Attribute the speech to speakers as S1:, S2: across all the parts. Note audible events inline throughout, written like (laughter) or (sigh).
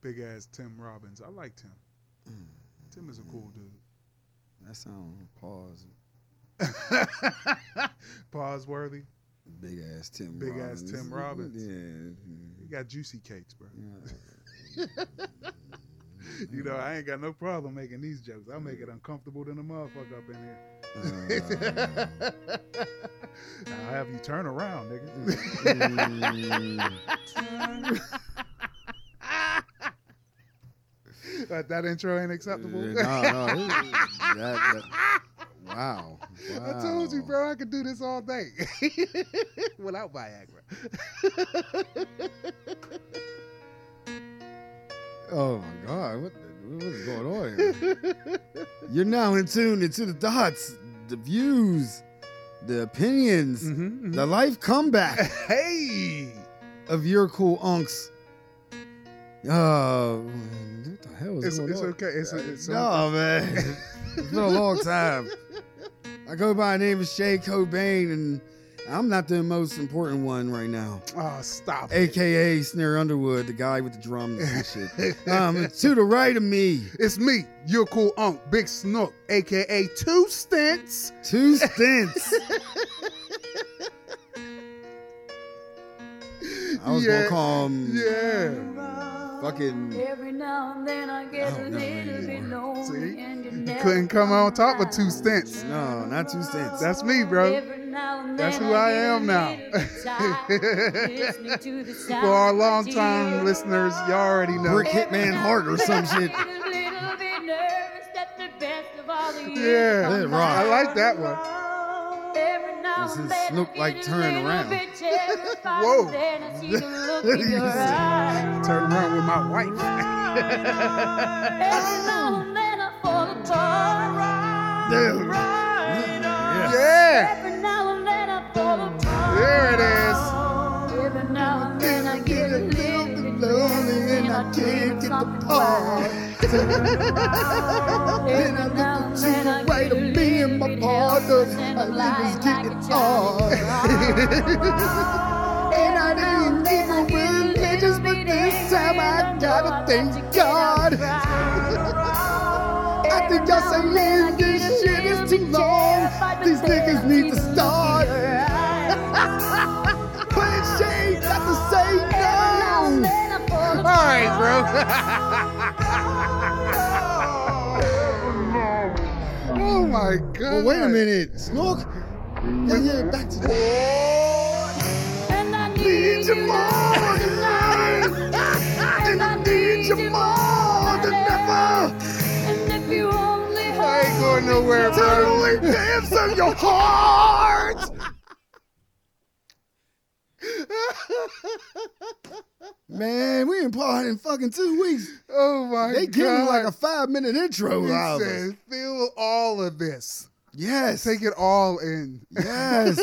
S1: big ass Tim Robbins. I liked him. Tim is a cool dude.
S2: Mm, That sound pause. Mm.
S1: (laughs) Pause worthy.
S2: Big ass Tim.
S1: Big ass
S2: Robbins.
S1: Tim Robbins.
S2: Yeah.
S1: He got juicy cakes, bro.
S2: Yeah. Mm-hmm.
S1: You know, I ain't got no problem making these jokes. I make it
S2: Mm.
S1: uncomfortable than a motherfucker up in here.
S2: Uh,
S1: I'll have you turn around, nigga.
S2: mm,
S1: But (laughs) that intro ain't acceptable.
S2: yeah, no, no, this is- that- that- Uh, (laughs) wow.
S1: (laughs) I told you,
S2: wow.
S1: bro, I could do this all day (laughs) without Viagra.
S2: Oh my God! What, the, what is going on here? You're now in tune into the thoughts, the views, the opinions,
S1: Mhm,
S2: the life comeback.
S1: mhm. (laughs) Hey,
S2: of your cool unks. Oh, what the hell is
S1: it's,
S2: going
S1: it's
S2: on?
S1: okay. It's, it's
S2: no, man.
S1: (laughs)
S2: it's been a long time. I go by the name of Shay Cobain, and I'm not the most important one right now.
S1: Oh, stop. it.
S2: AKA Snare Underwood, the guy with the drums and
S1: (laughs)
S2: shit. Um, to the right of me,
S1: It's me, your cool unc, Big Snook, aka Two Stints.
S2: two stints. I was
S1: Yeah.
S2: gonna call him
S1: Yeah.
S2: fucking.
S3: Every now and then I get
S2: I
S3: a
S2: don't know
S3: little bit
S2: anymore.
S3: lonely
S1: See?
S3: and you
S1: You
S3: never
S1: couldn't come on top of
S3: around.
S1: Two Stints.
S2: No, not two stints.
S1: That's me, bro.
S3: Every now and
S1: That's
S3: then
S1: who I
S3: get a
S1: am now.
S3: little bit tired, listening
S1: (laughs)
S3: to the
S1: For our
S3: sound of
S1: long time
S3: deer.
S1: listeners, y'all already know.
S2: Brick Hitman Hart or some shit.
S3: Get a little bit nervous that the best of all the years
S1: Yeah.
S2: Let it
S3: come
S2: rock.
S1: I
S3: by.
S1: like that one.
S3: Every now
S2: This
S3: and
S2: is
S3: then I
S2: Snoop
S3: get
S2: like
S3: a
S2: turn
S3: little
S2: around.
S1: (laughs)
S3: bit terrified,
S1: Whoa.
S3: then I see the
S1: (laughs)
S3: look in
S2: He
S3: your
S2: said-
S3: eyes.
S1: Turn around with my
S3: (laughs)
S1: wife.
S3: Every now and then I fall apart.
S2: Dude.
S1: Yeah. (laughs)
S3: Every now and then I fall apart.
S1: There it is.
S3: Every now and then I get a little bit lonely and I can't get the part. Then I look to the right of me and my partner. I live is getting hard. And I didn't give a religious, but this time I gotta thank God. (laughs) I think y'all say, man, this shit is too long. These niggas need to start. (laughs)
S2: But it's shade not to say no.
S3: All
S1: All right,
S3: (laughs)
S1: bro. oh my god.
S2: Well, wait a minute, Snook. Yeah, yeah, back to the.
S3: And I need you more tonight. (laughs) And I need you more than ever. And if you only
S1: I ain't going nowhere, bro.
S2: Dance on your heart. Man, we been partying in fucking two weeks.
S1: Oh my
S2: They
S1: god.
S2: give me like a five minute intro. out
S1: He
S2: of it.
S1: said, feel all of this.
S2: Yes.
S1: Take it all in.
S2: Yes.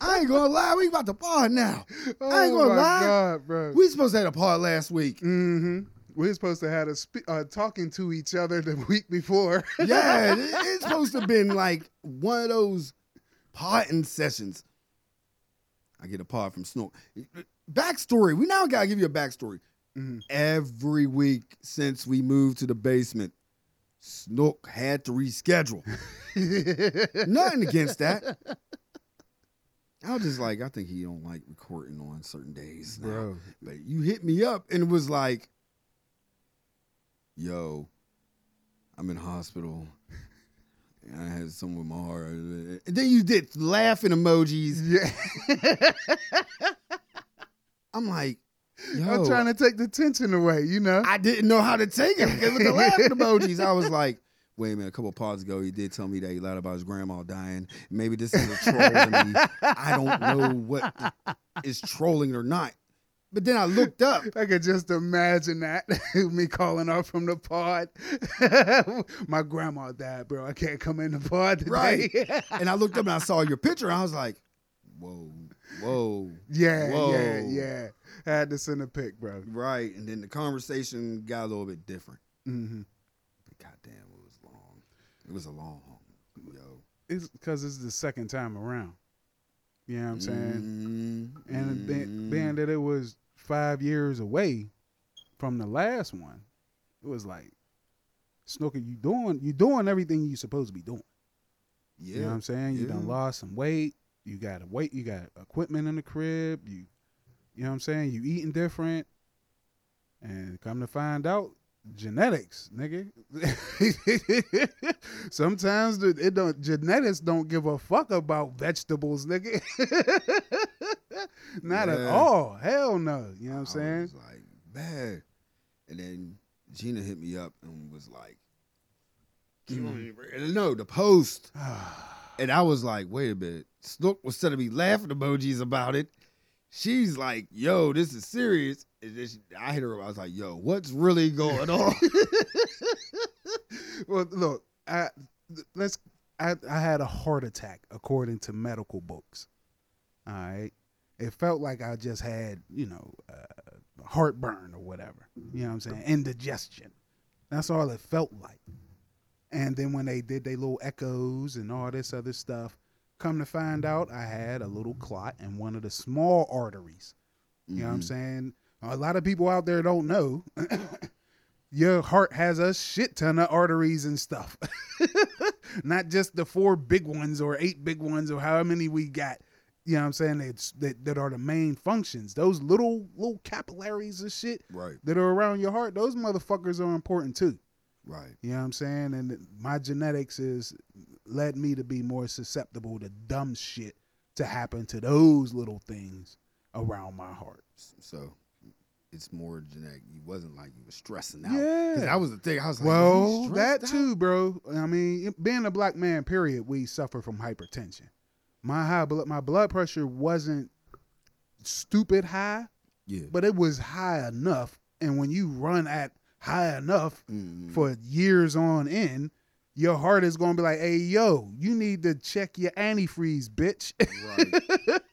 S2: I ain't gonna lie, we about to part now.
S1: Oh
S2: I ain't gonna
S1: my
S2: lie.
S1: god, bro.
S2: We supposed to have a part last week.
S1: mm-hmm. We're supposed to have a spe- uh, talking to each other the (laughs) week before.
S2: Yeah, it- it's supposed to have been like one of those parting sessions. I get a part from Snow. Backstory. We now gotta give you a backstory.
S1: Mhm.
S2: Every week since we moved to the basement, Snook had to reschedule. Nothing against that. I was just like, I think he don't like recording on certain days. now.
S1: Bro.
S2: But you hit me up and it was like, yo, I'm in hospital. (laughs) And I had something with my heart. And then you did laughing emojis.
S1: Yeah. (laughs)
S2: I'm like, yo,
S1: I'm trying to take the tension away, you know?
S2: I didn't know how to take it because with the laughing emojis, I was like, wait a minute, a couple of pods ago, he did tell me that he lied about his grandma dying. Maybe this is a troll to me. I don't know what is trolling or not. But then I looked up.
S1: I could just imagine that (laughs) me calling up from the pod. (laughs) My grandma died, bro. I can't come in the pod today.
S2: Right. and I looked up and I saw your picture. And I was like, whoa, whoa,
S1: (laughs) yeah, yeah,
S2: Whoa.
S1: yeah. I had to send a pic, bro.
S2: right. And then the conversation got a little bit different.
S1: hmm
S2: But goddamn, it was long. It was a long, yo.
S1: It's because it's the second time around. You know what I'm saying?
S2: Mm,
S1: And then
S2: mm.
S1: being that it was five years away from the last one, it was like, Snooker, you doing you doing everything you supposed to be doing.
S2: Yeah.
S1: You know what I'm saying? You done
S2: Yeah.
S1: lost some weight. You got a weight. You got equipment in the crib. You, you know what I'm saying? You eating different, and come to find out, genetics, nigga. (laughs) Sometimes the, it don't genetics don't give a fuck about vegetables, nigga. (laughs) Not at
S2: Yeah.
S1: all. Hell no. You know what I'm
S2: I
S1: saying? (sighs)
S2: was like, bad. And then Gina hit me up and was like, "You want me to bring-" And no, the post. And I was like, wait a minute. Snook was sending me laughing emojis about it. She's like, yo, this is serious. And then she, I hit her up. I was like, yo, what's really
S1: (laughs)
S2: going on?
S1: well, look, I th- let's. I, I had a heart attack according to medical books. All right, it felt like I just had you know uh, heartburn or whatever. You know what I'm saying? Indigestion. That's all it felt like. And then when they did their little echoes and all this other stuff, come to find out, I had a little clot in one of the small arteries. You
S2: Mm-hmm.
S1: know what I'm saying? A lot of people out there don't know. (coughs) Your heart has a shit ton of arteries and stuff. (laughs) Not just the four big ones or eight big ones or however many we got. You know what I'm saying? That's that, that are the main functions. Those little little capillaries and shit
S2: Right,
S1: that are around your heart, those motherfuckers are important too.
S2: right.
S1: You know what I'm saying? And my genetics is led me to be more susceptible to dumb shit to happen to those little things around my heart.
S2: So it's more genetic. You wasn't like you were stressing out. 'Cause
S1: Yeah.
S2: That was the thing. I was like,
S1: well,
S2: "You
S1: that
S2: stressed out?"
S1: too, bro. I mean, being a black man, period, we suffer from hypertension. My high blood, my blood pressure wasn't stupid high,
S2: Yeah.
S1: but it was high enough. And when you run at high enough,
S2: Mm,
S1: (laughs) for years on end, your heart is going to be like, hey, yo, you need to check your antifreeze, bitch. (laughs)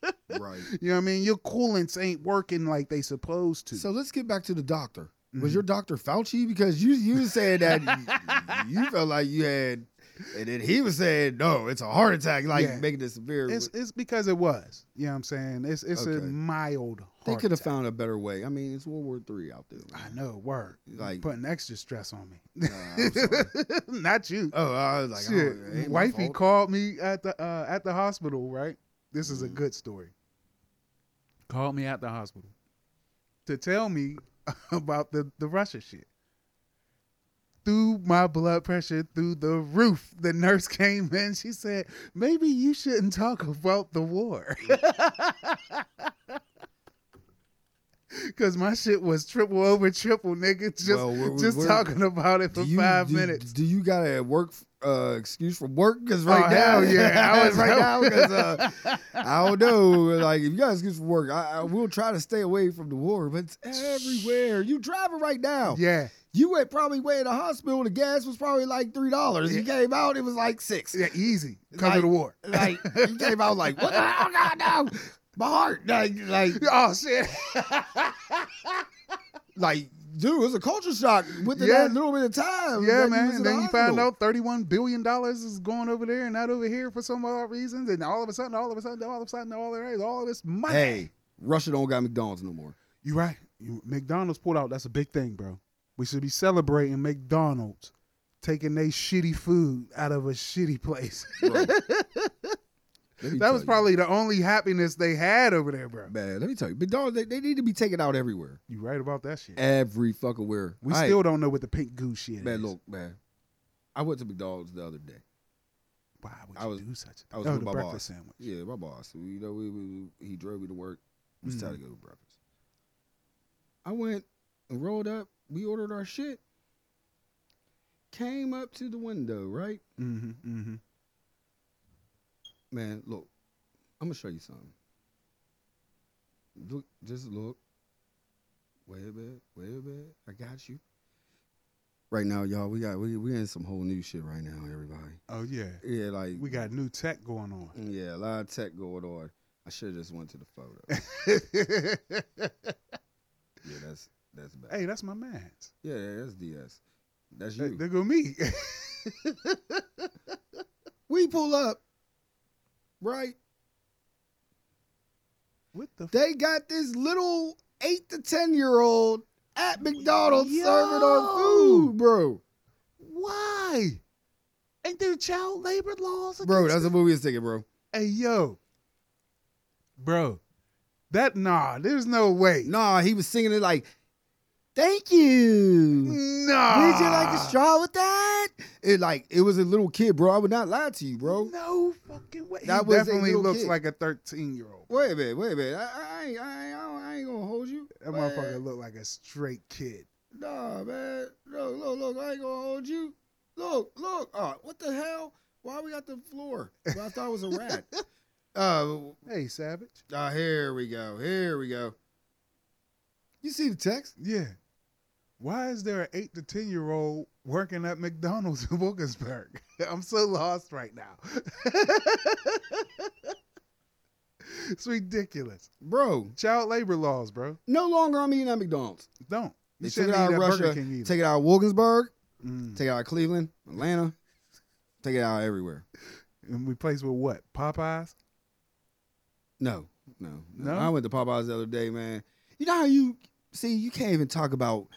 S2: right. right.
S1: you know what I mean? Your coolants ain't working like they supposed to.
S2: So let's get back to the doctor.
S1: Mhm.
S2: Was your doctor Fauci? Because you you were saying that
S1: (laughs)
S2: y- you, felt like you had, and then he was saying no, it's a heart attack, like
S1: Yeah.
S2: making it severe.
S1: it's, it's because it was. You know what I'm saying? It's it's a
S2: Okay.
S1: mild heart
S2: they could have
S1: attack.
S2: found a better way. I mean, it's World War Three out there.
S1: I know, word.
S2: Like-
S1: putting extra stress on me.
S2: Nah,
S1: (laughs)
S2: I'm sorry.
S1: Not you.
S2: oh, I was like, I
S1: Shit,
S2: don't- it ain't my
S1: wifey
S2: fault.
S1: called me at the uh, at the hospital. Right, this is a
S2: Mhm.
S1: good story. Called me at the hospital to tell me (laughs) about the the Russia shit. Threw my blood pressure through the roof. The nurse (laughs) came in. She said, "Maybe you shouldn't talk about the war." (laughs) Cause my shit was triple over triple, nigga. Just
S2: Well, we're-
S1: just
S2: we're-
S1: talking about it
S2: Do
S1: for
S2: you-
S1: five
S2: do-
S1: minutes.
S2: Do you got a work uh, excuse for work? Because right
S1: Oh,
S2: now,
S1: hell
S2: (laughs)
S1: yeah. I
S2: I
S1: was-
S2: was right now because uh,
S1: (laughs)
S2: I don't know. Like, if you got an excuse for work, I, I will try to stay away from the war, but it's everywhere. You driving right now.
S1: Yeah.
S2: You went probably way in the hospital. The gas was probably like three dollars. You came out, it was like six.
S1: Yeah, easy. Because of
S2: Like-
S1: the war. (laughs)
S2: Like you came out like what the hell? God no, my heart. Like, like,
S1: Oh (laughs) shit.
S2: like, dude, it was a culture shock within
S1: Yeah.
S2: that little bit of time.
S1: yeah,
S2: that
S1: man.
S2: was in
S1: And
S2: the
S1: then you find
S2: hospital.
S1: out thirty-one billion dollars is going over there and not over here for some odd reasons. And all of a sudden, all of a sudden, all of a sudden, all there is all this money.
S2: Hey, Russia don't got McDonald's no more.
S1: you right. You, McDonald's pulled out. That's a big thing, bro. We should be celebrating McDonald's taking their shitty food out of a shitty place. (laughs)
S2: Bro.
S1: that was probably the only happiness they had over there, bro.
S2: man. Let me tell you, McDonald's they, they need to be taken out everywhere,
S1: You right about that shit.
S2: every fucking where.
S1: we
S2: All right,
S1: still don't know what the pink goo shit is.
S2: man. Look, man. I went to McDonald's the other day.
S1: Why would
S2: I
S1: you
S2: was-
S1: do such a
S2: I was
S1: oh,
S2: with
S1: the
S2: my
S1: breakfast
S2: boss.
S1: sandwich.
S2: Yeah, my boss. You know, we, we, he drove me to work. We was tired to go to breakfast. I went and rolled up. We ordered our shit. Came up to the window, right?
S1: Mm-hmm, mm-hmm.
S2: Man, look. I'm gonna show you something. Look, just look. Wait a bit. Wait a bit. I got you. Right now, y'all, we got we we in some whole new shit right now, everybody.
S1: Oh yeah,
S2: Yeah, like
S1: we got new tech going on.
S2: yeah, a lot of tech going on. I should have just went to the photo. Mm. Yeah, that's that's
S1: (laughs)
S2: bad.
S1: hey, that's my man's.
S2: Yeah, yeah, that's DS. That's
S1: There
S2: you.
S1: there go me. (laughs)
S2: (laughs) we pull up, right?
S1: what the? F-
S2: They got this little eight to ten year old at McDonald's serving
S1: Yo.
S2: our food, bro.
S1: Why? Ain't there child labor laws?
S2: Bro,
S1: against
S2: that's a movie it's taking, bro.
S1: Hey yo, bro, that nah, there's no way.
S2: Nah, he was singing it like, "Thank you."
S1: Nah,
S2: Would you like a straw with that? It like it was a little kid, bro. I would not lie to you, bro.
S1: No fucking way.
S2: That
S1: he
S2: was a
S1: definitely
S2: little
S1: looks
S2: kid.
S1: like a 13 year old.
S2: Wait a minute, wait a minute. I, I, ain't- I, ain't- I, don't- I ain't gonna hold you.
S1: That
S2: Man,
S1: motherfucker looked like a straight kid.
S2: Nah, man. Look, look, look. I ain't gonna hold you. Look, look. Uh, what the hell? Why we got the floor? Well, I thought it was a (laughs) rat. uh,
S1: Hey, Savage.
S2: uh, here we go. Here we go. You see the text?
S1: Yeah. Why is there an eight to ten year old working at McDonald's in Wilkinsburg? (laughs) I'm so lost right now. (laughs) it's ridiculous.
S2: Bro,
S1: Child labor laws, bro.
S2: no longer I'm eating at McDonald's.
S1: Don't.
S2: They
S1: You
S2: took
S1: shouldn't
S2: it
S1: eat
S2: out of
S1: at Burger
S2: Russia.
S1: King either.
S2: Take it out of Wilkinsburg.
S1: Mm.
S2: Take it out of Cleveland, Atlanta. Take it out everywhere.
S1: And replace with what? Popeyes?
S2: No, no, no.
S1: No?
S2: I went to Popeyes the other day, man. You know how you see? You can't even talk about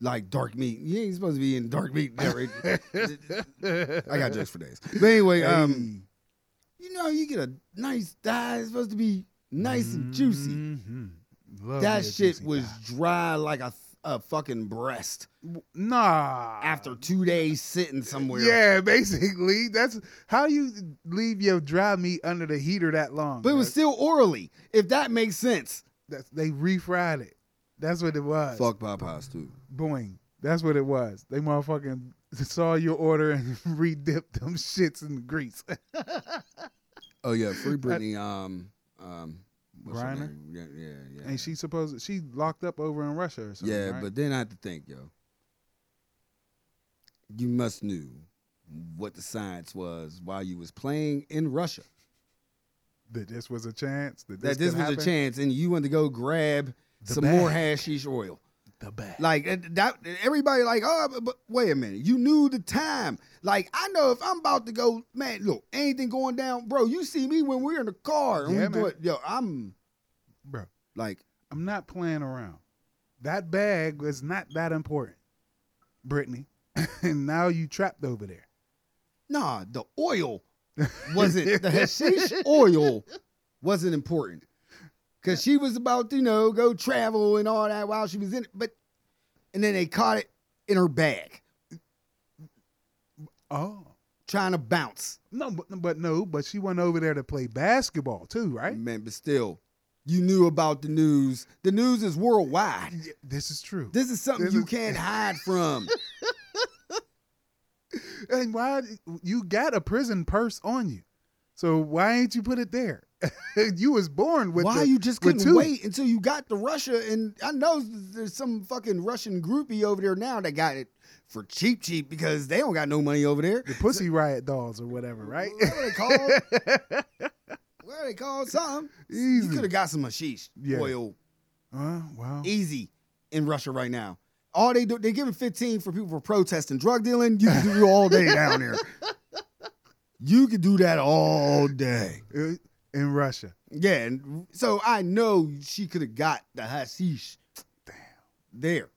S2: like dark meat. You ain't supposed to be in dark meat. (laughs) Never. (laughs)
S1: (laughs)
S2: I got jokes for days. But anyway, um, you know you get a nice thigh. It's supposed to be nice and juicy.
S1: Mm, Mm-hmm.
S2: That shit was dry like a, a fucking breast
S1: nah.
S2: after two days sitting somewhere.
S1: Yeah, (laughs) basically. That's how you leave your dry meat under the heater that long.
S2: But it was
S1: bro.
S2: still orally, if that makes sense.
S1: That's- they refried it. That's what it was.
S2: Fuck Popeyes too.
S1: Boing. That's what it was. They motherfucking (laughs) saw your order and (laughs) re-dipped them shits in grease. (laughs)
S2: Oh yeah, free Britney. Um, um, what's her
S1: Griner?
S2: name? Yeah, yeah, yeah.
S1: and she supposed she locked up over in Russia or something.
S2: yeah,
S1: right?
S2: but then I have to think, yo. You must knew what the science was while you was playing in Russia.
S1: that this was a chance. That this,
S2: That this
S1: could
S2: was a
S1: happen?
S2: chance, and you went to go grab
S1: The
S2: some more
S1: bag.
S2: hashish oil.
S1: The bag.
S2: Like that, that- everybody like, oh, but, but wait a minute, you knew the time. Like I know if I'm about to go, man. Look, anything going down, bro. You see me when we're in the car and
S1: Yeah,
S2: we
S1: man.
S2: do it. Yo, I'm
S1: bro.
S2: like,
S1: I'm not playing around. That bag was not that important, Brittany. (laughs) and now you trapped over there.
S2: nah, the
S1: (laughs)
S2: oil wasn't the hashish oil wasn't important because she was about to you know go travel and all that while she was in it, but and then they caught it in her bag
S1: Oh
S2: trying to bounce.
S1: no, but, but no, but she went over there to play basketball too, right?
S2: Man, but still, you knew about the news. The news is worldwide.
S1: Yeah, This is true.
S2: This is something
S1: This
S2: you
S1: is-
S2: can't hide from.
S1: and why you got a prison purse on you? So why ain't you put it there? (laughs) you was born (laughs) with.
S2: Why
S1: the-
S2: you just
S1: with
S2: couldn't
S1: two.
S2: wait until you got to Russia? And I know there's some fucking Russian groupie over there now that got it for cheap, cheap because they don't got no money over there.
S1: the pussy riot dolls or whatever,
S2: (laughs)
S1: right? (laughs)
S2: What are they called? what are they called? Something. You
S1: Easy.
S2: could have got some hashish
S1: Yeah.
S2: oil
S1: Uh, wow.
S2: easy in Russia right now. All they do, they're giving 15 for people for protesting drug dealing. You can do it all day down there. You can do that all day.
S1: (laughs) Uh, In Russia,
S2: Yeah, and so I know she could have got the hashish. Damn. There.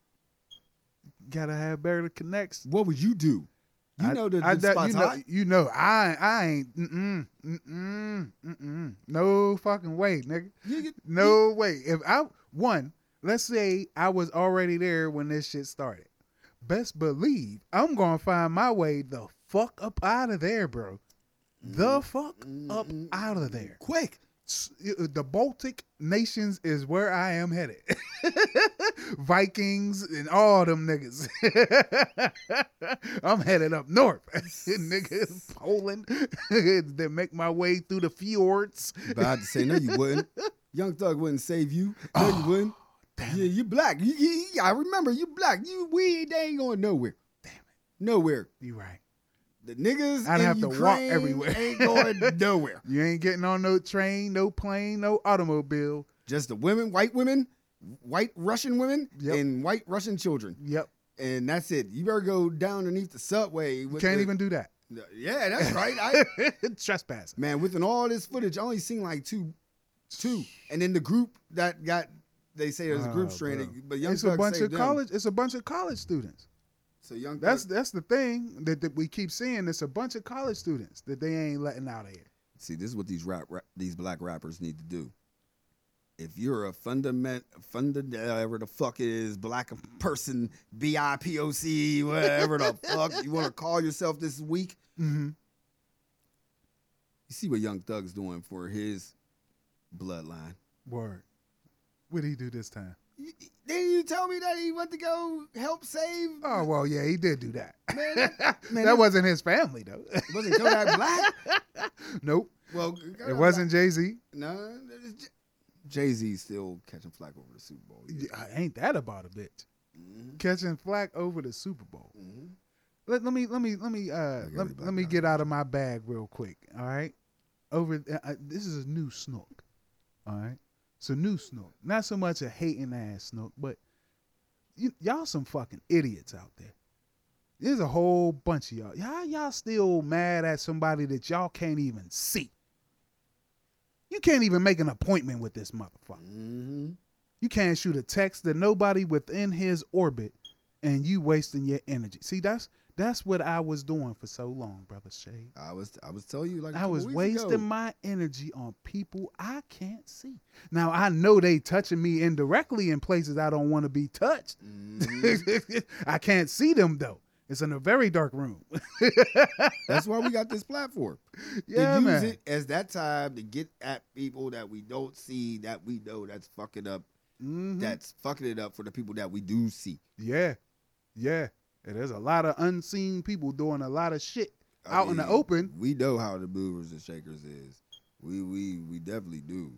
S1: gotta have better connects.
S2: What would you do? You
S1: I-
S2: know the,
S1: I
S2: the
S1: doubt-
S2: spot's
S1: you know,
S2: hot.
S1: You know, I I ain't mm-mm, mm-mm, mm-mm. no fucking way, nigga.
S2: You get-
S1: No way. If I one, let's say I was already there when this shit started. Best believe I'm gonna find my way the fuck up out of there, bro. The fuck up out of (laughs) there.
S2: Quick.
S1: (laughs) S- uh, The Baltic nations is where I am headed. (laughs) Vikings and all them niggas. (laughs) I'm headed up north. (laughs)
S2: (laughs)
S1: niggas, Poland. (laughs) they make my way through the fjords.
S2: But I had to say, no, you wouldn't.
S1: (laughs)
S2: Young Thug wouldn't save you. No, you wouldn't.
S1: Oh, damn
S2: yeah, you black. You, you- you- I remember you black. You we they ain't going nowhere.
S1: Damn it.
S2: Nowhere.
S1: You right.
S2: The niggas
S1: I'd
S2: in
S1: have to walk
S2: Ukraine
S1: everywhere.
S2: ain't
S1: (laughs)
S2: going nowhere.
S1: You ain't getting on no train, no plane, no automobile.
S2: Just the women, white women, white Russian women,
S1: Yep.
S2: and white Russian children.
S1: Yep.
S2: and that's it. You better go down underneath the subway.
S1: You
S2: With
S1: can't
S2: the-
S1: even do that.
S2: (laughs) Yeah, that's right. I,
S1: (laughs) Trespassing.
S2: man, within all this footage, I only seen like two, two, and then the group that got they say there's
S1: Oh,
S2: group stranded,
S1: bro.
S2: but young
S1: it's a
S2: Thug
S1: bunch
S2: saved
S1: of
S2: them.
S1: college. It's a bunch of college students.
S2: So young
S1: That's that's
S2: that's
S1: the thing that, that we keep seeing. It's a bunch of college students that they ain't letting out of here.
S2: see this is what these rap, rap these black rappers need to do. If you're a fundament funda whatever the fuck it is black person B I P O C
S1: (laughs)
S2: whatever the fuck you want to call yourself this week,
S1: Mm-hmm.
S2: you see what Young Thug's doing for his bloodline.
S1: Word. What did he do this time?
S2: You- Didn't you tell me that he went to go help save?
S1: Oh well, yeah, he did do that. (laughs)
S2: man, that
S1: that
S2: that-
S1: wasn't his family though. (laughs)
S2: wasn't (laughs) Kodak Black.
S1: nope,
S2: Well,
S1: it wasn't Jay Z.
S2: No, Jay Z's still catching flack over the Super Bowl.
S1: Ain't that about a bitch?
S2: Mm-hmm.
S1: Catching flack over the Super Bowl.
S2: Mm-hmm.
S1: Let, let me let me let me uh
S2: Like
S1: let,
S2: everybody
S1: let me
S2: else.
S1: get out of my bag real quick. All right, over uh, uh, this is a new Snook. All right, so new Snook, not so much a hating ass Snook, but you, y'all some fucking idiots out there. There's a whole bunch of y'all. Y'all y'all still mad at somebody that y'all can't even see. You can't even make an appointment with this motherfucker.
S2: Mm-hmm.
S1: You can't shoot a text to nobody within his orbit, and you wasting your energy. See, that's that's what I was doing for so long, brother Shay.
S2: I was I was telling you like a
S1: I
S2: couple
S1: was
S2: weeks
S1: wasting
S2: ago.
S1: my energy on people I can't see. Now I know they touching me indirectly in places I don't want to be touched.
S2: Mhm.
S1: (laughs) I can't see them though. It's in a very dark room.
S2: (laughs)
S1: (laughs)
S2: That's why we got this platform.
S1: yeah,
S2: to use
S1: man.
S2: it as that time to get at people that we don't see, that we know that's fucking up,
S1: Mhm.
S2: that's fucking it up for the people that we do see.
S1: yeah, yeah. And there's a lot of unseen people doing a lot of shit
S2: I
S1: out in the
S2: mean,
S1: open.
S2: We know how the movers and shakers is. We we we definitely do.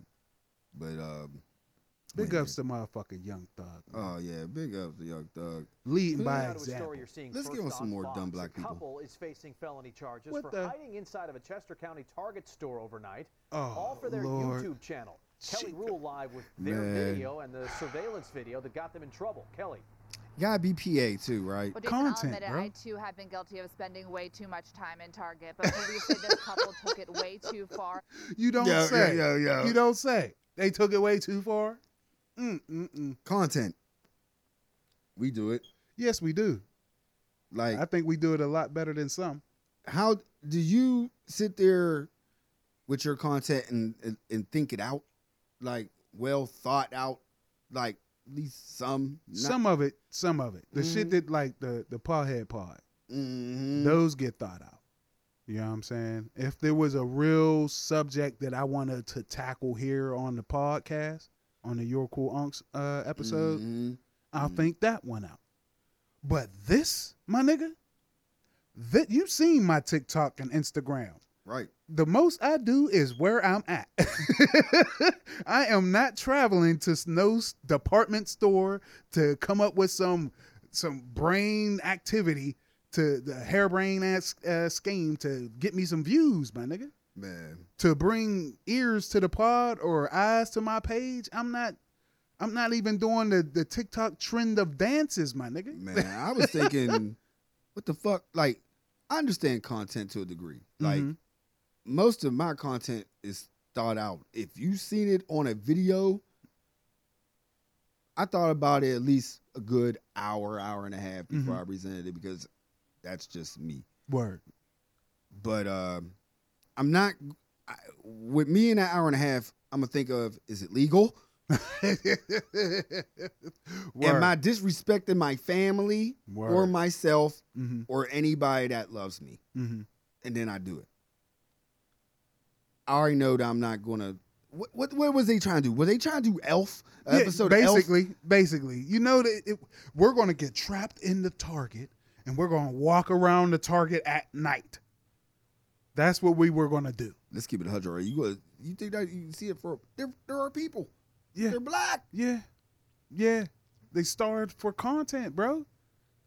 S2: But um
S1: Big
S2: wait a
S1: ups to motherfucking Young Thug.
S2: minute. Oh yeah, big ups to Young Thug.
S1: leading
S4: Moving
S1: by
S4: now to a story
S1: example.
S4: you're seeing
S2: Let's
S4: first
S2: give 'em some
S4: on
S2: more
S4: Fox.
S2: dumb black people.
S4: A couple is facing felony charges
S1: What
S4: for
S1: the-
S4: hiding inside of a Chester County Target store overnight, all
S1: Oh,
S4: for their
S1: Lord.
S4: YouTube channel. Kelly
S1: Shit.
S4: Rule live with their
S2: Man.
S4: video and the surveillance video that got them in trouble. Kelly.
S2: Gotta be PA too, right?
S5: Well, Jason,
S1: Content,
S5: I'll admit
S1: bro.
S5: it, I too have been guilty of spending way too much time in Target, but police say this couple took it
S1: (laughs)
S5: way too far
S1: You don't
S2: Yo, yo,
S1: say.
S2: yo, yo.
S1: You don't say. They took it way too far. Mm, mm, mm.
S2: Content. We do it.
S1: Yes, we do.
S2: Like
S1: I think we do it a lot better than some.
S2: how do you sit there with your content and, and and think it out like well thought out like at least some
S1: some of it, some of it. The
S4: Mm-hmm.
S1: shit
S2: Mhm.
S1: that like the the pawhead pod,
S2: mm-hmm.
S1: those get thought out. You know what I'm saying? If there was a real subject that I wanted to tackle here on the podcast, on the Your Cool Unks uh, episode, I'll
S2: Mhm.
S1: think that one out. But this, my nigga, that you've seen my TikTok and Instagram.
S2: right
S1: The most I do is where I'm at. (laughs) I am not traveling to Snow's department store to come up with some some brain activity to the harebrained ass uh, scheme to get me some views, my nigga.
S2: man
S1: To bring ears to the pod or eyes to my page, I'm not. I'm not even doing the, the TikTok trend of dances, my nigga.
S2: man i was thinking what the fuck like i understand content to a degree like
S1: Mhm.
S2: most of my content is thought out if you seen it on a video i thought about it at least a good hour hour and a half before
S1: Mhm.
S2: i presented it because that's just me
S1: (laughs) Word.
S2: but um, I'm not. I, with me in an hour and a half, I'm gonna think of is it legal? Am I disrespecting my family or
S1: Word.
S2: myself
S1: mm-hmm,
S2: or anybody that loves me?
S1: mm-hmm.
S2: And then I do it. I already know that I'm not gonna. What what, what was they trying to do? Were they trying to do Elf An episode? of Elf?
S1: basically, basically, you know that it, we're going to get trapped in the target, and we're going to walk around the target at night. That's what we were going to do.
S2: Let's keep it a hundred. already. You go, you think that you see it for? There there are people.
S1: Yeah.
S2: They're black.
S1: Yeah, yeah. They starved for content, bro.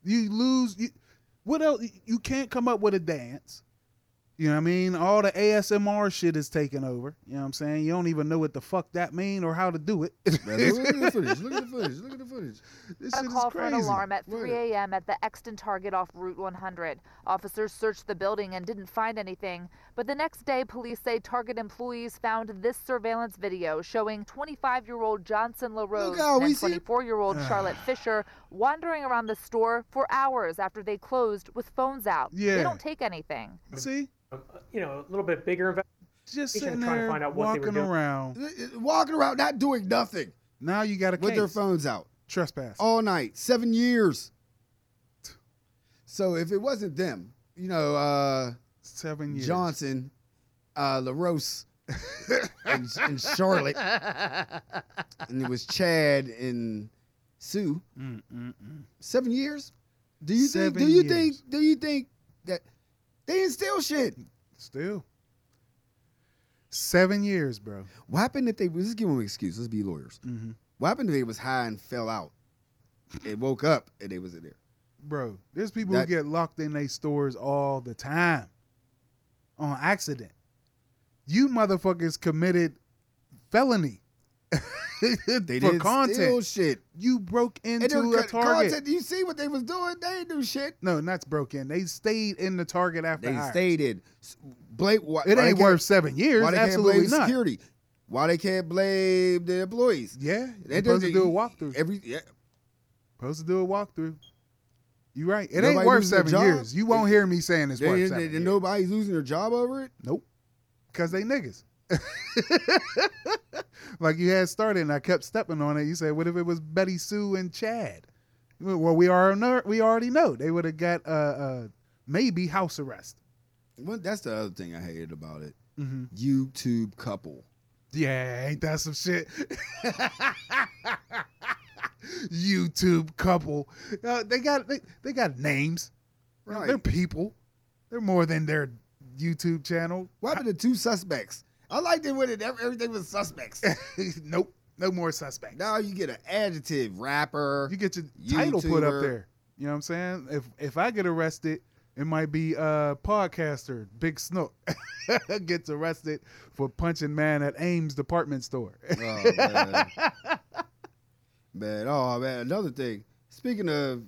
S1: You lose. You, what else? You can't come up with a dance. You know what I mean? All the ASMR shit is taking over. You know what I'm saying? You don't even know what the fuck that mean or how to do it. (laughs) this
S2: Now, Look at the footage. Look at the footage. Look at the footage.
S1: shit
S5: A
S1: is
S5: call for an
S1: crazy.
S5: alarm at
S2: Word.
S5: 3 a.m. at the Exton Target off Route 100. Officers searched the building and didn't find anything, but the next day, police say Target employees found this surveillance video showing 25 year old Johnson LaRose
S2: how we
S5: and
S2: see-
S5: 24 year old
S1: Ah.
S5: Charlotte Fisher wandering around the store for hours after they closed with phones out.
S1: Yeah.
S5: They don't take anything.
S1: See,
S6: Um, you know, a little bit bigger. Invest-
S1: just
S6: They should
S1: sitting
S6: try to
S1: there
S6: find out what they were
S1: walking
S6: doing.
S1: around.
S2: Walking around, not doing nothing
S1: Now you got a
S2: with
S1: case.
S2: their phones out.
S1: trespass.
S2: all night, seven years. So if it wasn't them, you know, uh,
S1: Seven years.
S2: Johnson, uh, LaRose, (laughs) and, and Charlotte, and it was Chad and Sue.
S1: Mm, mm, mm.
S2: Seven years? Do you think? Do
S1: Seven
S2: you
S1: years.
S2: think? Do you think that they didn't steal shit?
S1: Still. Seven years, bro.
S2: What happened if they? Let's give them an excuse. Let's be lawyers.
S1: Mm-hmm.
S2: What happened if they was high and fell out? It woke up and they was in there.
S1: Bro, there's people
S2: That-
S1: who get locked in their stores all the time on accident. You motherfuckers committed felony. (laughs)
S2: They
S1: for
S2: didn't
S1: content.
S2: steal shit.
S1: you broke
S2: And
S1: into
S2: the
S1: a
S2: co-
S1: target.
S2: content, you see what they was doing? They didn't do shit.
S1: No, not broke in. They stayed in the target after
S2: They
S1: hours.
S2: stayed in. S- Blame why,
S1: It
S2: why they
S1: ain't
S2: can't-
S1: worth seven years.
S2: Why they
S1: Absolutely
S2: can't blame
S1: not.
S2: security? Why they can't blame the employees?
S1: Yeah,
S2: They
S1: they're supposed to
S2: did-
S1: do a walkthrough.
S2: Every yeah,
S1: Supposed to do a walkthrough. You right. It
S2: Nobody
S1: ain't worth
S2: loses their
S1: seven
S2: job.
S1: years. You won't hear me saying it's
S2: they,
S1: worth
S2: they-
S1: seven.
S2: they-
S1: years.
S2: nobody's losing their job over it.
S1: Nope. Cause they niggas. (laughs) like you had started and I kept stepping on it. You said, what if it was Betty Sue and Chad? Well, we are we already know. They would have got uh, uh maybe house arrest.
S2: Well, that's the other thing I hated about it.
S1: Mm-hmm.
S2: YouTube couple.
S1: Yeah, ain't that some shit? (laughs) YouTube couple. Uh, they got they, they got names. You know,
S2: Right.
S1: They're people. They're more than their YouTube channel. (laughs)
S2: What happened to two suspects? I liked it when it ev- everything was suspects.
S1: (laughs) nope. No more suspects.
S2: now you get an adjective rapper.
S1: you get your title put up
S2: YouTuber.
S1: there. You know what I'm saying? If if I get arrested, it might be uh podcaster Big Snook (laughs) gets arrested for punching man at Ames department store. (laughs)
S2: Oh, man. man, oh man, another thing. Speaking of,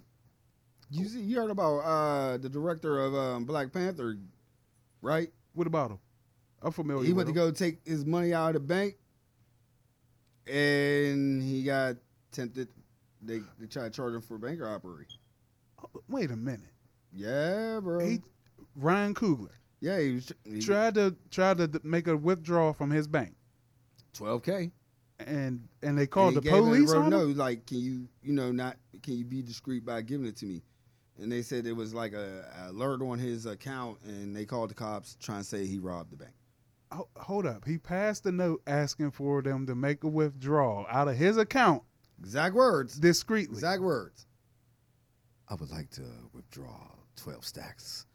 S2: you see, you heard about uh, the director of um, Black Panther, right?
S1: what about him? I'm familiar.
S2: he
S1: with
S2: went to
S1: him.
S2: go take his money out of the bank, and he got tempted. They they tried to charge him for bank robbery.
S1: Oh, Wait a minute.
S2: Yeah, bro.
S1: He, Ryan Coogler
S2: yeah, he was he,
S1: tried to tried to d- make a withdrawal from his bank,
S2: 12k.
S1: and and they
S2: And
S1: called
S2: he
S1: the
S2: gave him
S1: police
S2: wrote
S1: on
S2: no,
S1: him.
S2: like, can you, you know, not can you be discreet by giving it to me? And they said it was like a, a alert on his account, and they called the cops trying to say he robbed the bank.
S1: Ho- Hold up, he passed a note asking for them to make a withdrawal out of his account
S2: Exact words.
S1: discreetly.
S2: Exact words. I would like to withdraw twelve stacks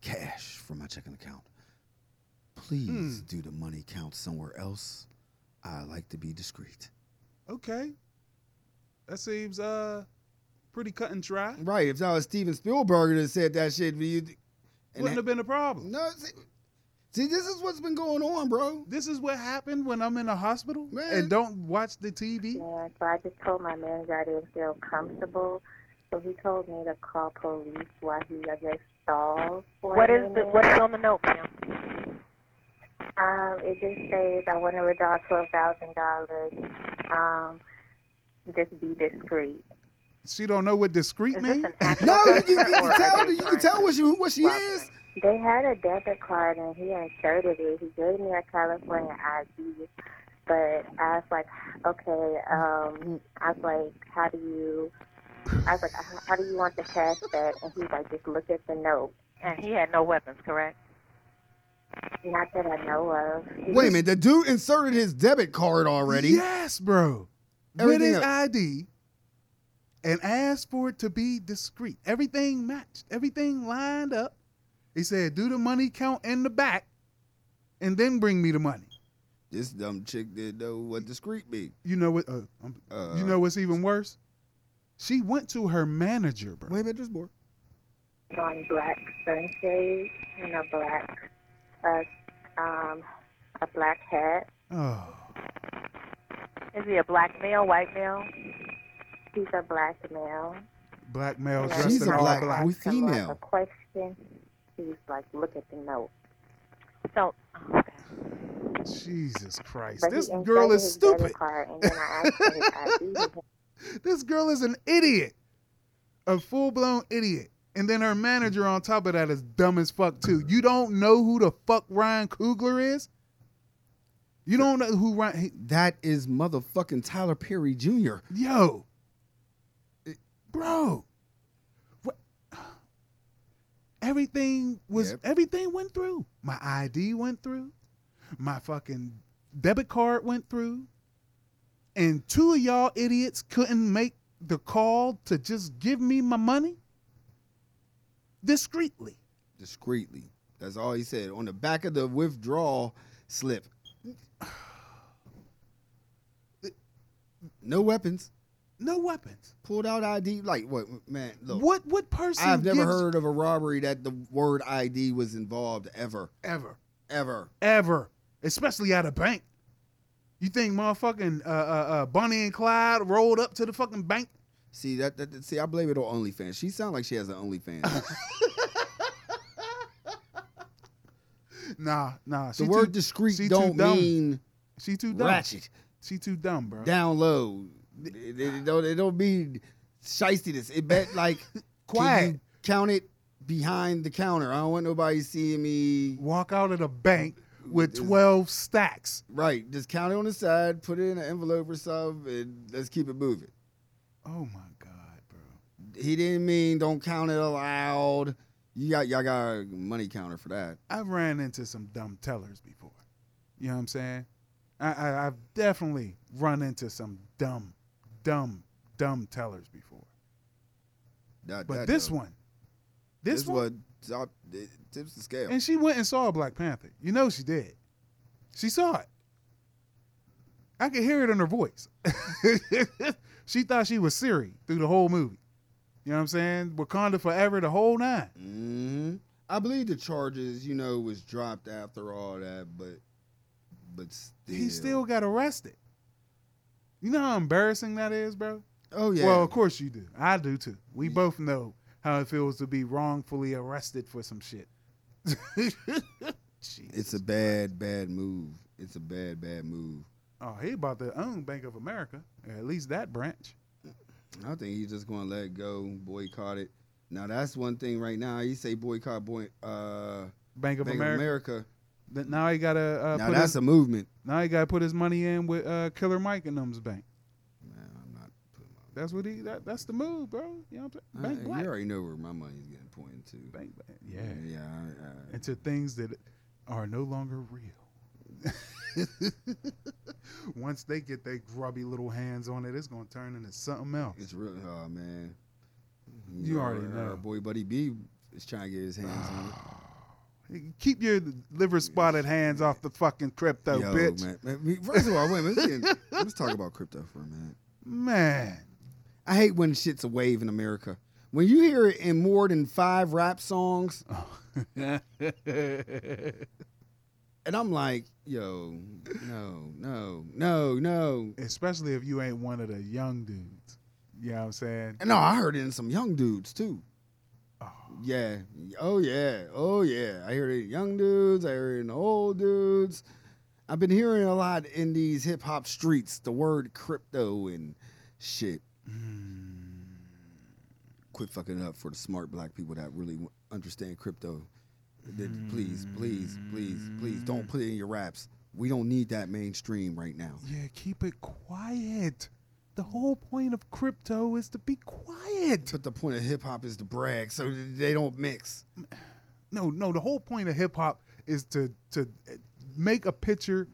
S2: cash from my checking account. Please do the money count somewhere else. I like to be discreet.
S1: Okay, that seems uh pretty cut and dry.
S2: Right. If that was Steven Spielberg that said that shit, you
S1: Wouldn't have been a problem.
S2: No, see, see, this is what's been going on, bro.
S1: (laughs) This is what happened when I'm in a hospital
S2: Man.
S1: and don't watch the TV.
S7: Yeah, so I just told my manager I didn't feel comfortable. So he told me to call police while he, I guess, stalled for
S8: What
S7: a
S8: is the
S7: minute.
S8: what is on the note, ma'am?
S7: Um, it just says I want to withdraw twelve thousand dollars. Um, just be discreet.
S1: She don't know what discreet
S7: Is this
S1: means.
S7: an actual
S2: No, you, you, you
S7: paper
S2: can
S7: or are
S2: tell.
S7: they
S2: You can
S7: trying
S2: tell
S7: to-
S2: what she what she is.
S7: They had a debit card and he inserted it. He gave me a California ID, but I was like, okay, um, I was like, how do you? I was like, how- how do you want the cash back? And he's like, just look at the note.
S8: And he had no weapons, correct?
S7: Not that I know of. He
S2: Wait a minute, the dude inserted his debit card already.
S1: Yes, bro.
S2: Everything
S1: With his
S2: else.
S1: ID and asked for it to be discreet. Everything matched. Everything lined up. He said, do the money count in the back and then bring me the money.
S2: This dumb chick didn't know what discreet mean.
S1: You know what? Uh, um,
S2: Uh,
S1: you know what's even worse? She went to her manager, bro.
S2: Wait a minute, there's more.
S7: was on black sunshade and a black us um, a black hat.
S1: Oh,
S8: Is he a black male, white male?
S7: He's a black male.
S1: black male
S7: Yeah.
S1: dressed
S2: She's
S1: in
S2: a
S1: all
S2: black,
S1: black.
S2: we
S7: Ask him, like, A
S2: female.
S7: question. He's like, look at the note.
S8: So, okay.
S1: Jesus Christ.
S7: oh, But he
S1: This
S7: inserted
S1: girl is
S7: his debit
S1: stupid.
S7: Card, and then I
S1: (laughs)
S7: asked for his ID. and
S1: This girl is an idiot. A full blown idiot. And then her manager on top of that is dumb as fuck too. You don't know who the fuck Ryan Coogler is? You don't know who Ryan he-
S2: That is motherfucking Tyler Perry Jr.
S1: Yo. It- Bro. What? Everything was
S2: Yep.
S1: everything went through. My ID went through. My fucking debit card went through. And two of y'all idiots couldn't make the call to just give me my money discreetly.
S2: Discreetly. That's all he said. On the back of the withdrawal slip. No weapons.
S1: No weapons.
S2: Pulled out ID. Like what man, look.
S1: what what person
S2: I've never
S1: gives-
S2: heard of a robbery that the word ID was involved ever.
S1: ever
S2: Ever.
S1: ever, especially at a bank. You think motherfucking uh, uh, uh, Bonnie and Clyde rolled up to the fucking bank?
S2: See that, that, that- see I blame it on OnlyFans. She sounds like she has an (laughs) OnlyFans.
S1: Nah, nah. She
S2: the word
S1: too,
S2: discreet
S1: she too
S2: don't
S1: dumb.
S2: mean
S1: she too dumb.
S2: ratchet.
S1: She too dumb, bro.
S2: Down low. It, it- it don't it don't mean shystiness.
S1: (laughs)
S2: It meant like can
S1: Quiet.
S2: you count it behind the counter. I don't want nobody seeing me.
S1: Walk out of the bank with
S2: This-
S1: twelve stacks.
S2: Right. Just count it on the side, put it in an envelope or something, and let's keep it moving.
S1: Oh my god, bro.
S2: He didn't mean don't count it aloud. You got y'all got a money counter for that.
S1: I've ran into some dumb tellers before. You know what I'm saying? I, I, I've definitely run into some dumb, dumb, dumb tellers before.
S2: That-
S1: But
S2: that
S1: this
S2: does.
S1: one, this, one,
S2: top- it tips the scale.
S1: And she went and saw Black Panther. You know she did. She saw it. I could hear it in her voice. (laughs) she thought she was Siri through the whole movie. You know what I'm saying? Wakanda forever, the whole nine.
S2: hmm I believe the charges, you know, was dropped after all that, but but still.
S1: He still got arrested. You know how embarrassing that is, bro?
S2: Oh yeah.
S1: Well, of course you do. I do too. We both know how it feels to be wrongfully arrested for some shit. (laughs)
S2: it's
S1: Jesus.
S2: a bad bad move. It's a bad bad move.
S1: oh, he about to own Bank of America, or at least that branch.
S2: I think he's just going to let go, boycott it. Now that's one thing right now. You say boycott boy uh
S1: Bank of
S2: Bank
S1: America.
S2: of America.
S1: That now he gotta uh,
S2: now
S1: put
S2: that's
S1: his,
S2: a movement.
S1: now he gotta put his money in with uh, Killer Mike and them's bank.
S2: Nah, I'm not putting my
S1: That's what he. That, that's the move, bro. You know what I'm saying? Bank
S2: I-
S1: black.
S2: You already know where my money's getting pointed to.
S1: bank black. Yeah.
S2: Yeah, I, I,
S1: Into things that are no longer real. (laughs) Once they get their grubby little hands on it, it's gonna turn into something else.
S2: It's real. Oh man,
S1: You already
S2: our- our
S1: know.
S2: boy Buddy B is trying to get his hands on
S1: (sighs)
S2: it.
S1: Keep your liver spotted hands off the fucking crypto,
S2: Yo,
S1: bitch. Man.
S2: Man, man, we- first of all, wait, let's, get, let's talk about crypto for a minute. I hate when shit's a wave in America. When you hear it in more than five rap songs, (laughs) and I'm like, yo, no, no, no, no.
S1: Especially if you ain't one of the young dudes. You know what I'm saying?
S2: And no, I heard it in some young dudes too.
S1: Oh.
S2: Yeah. Oh yeah. Oh yeah. I hear it in young dudes. I hear it in old dudes. I've been hearing a lot in these hip hop streets the word crypto and shit. Quit fucking up for the smart black people that really w- understand crypto. Th- Please, please, please, please don't put it in your raps. We don't need that mainstream right now.
S1: Yeah, keep it quiet. The whole point of crypto is to be quiet.
S2: But the point of hip hop is to brag, so th- they don't mix.
S1: No, no, the whole point of hip hop is to to eh, make a picture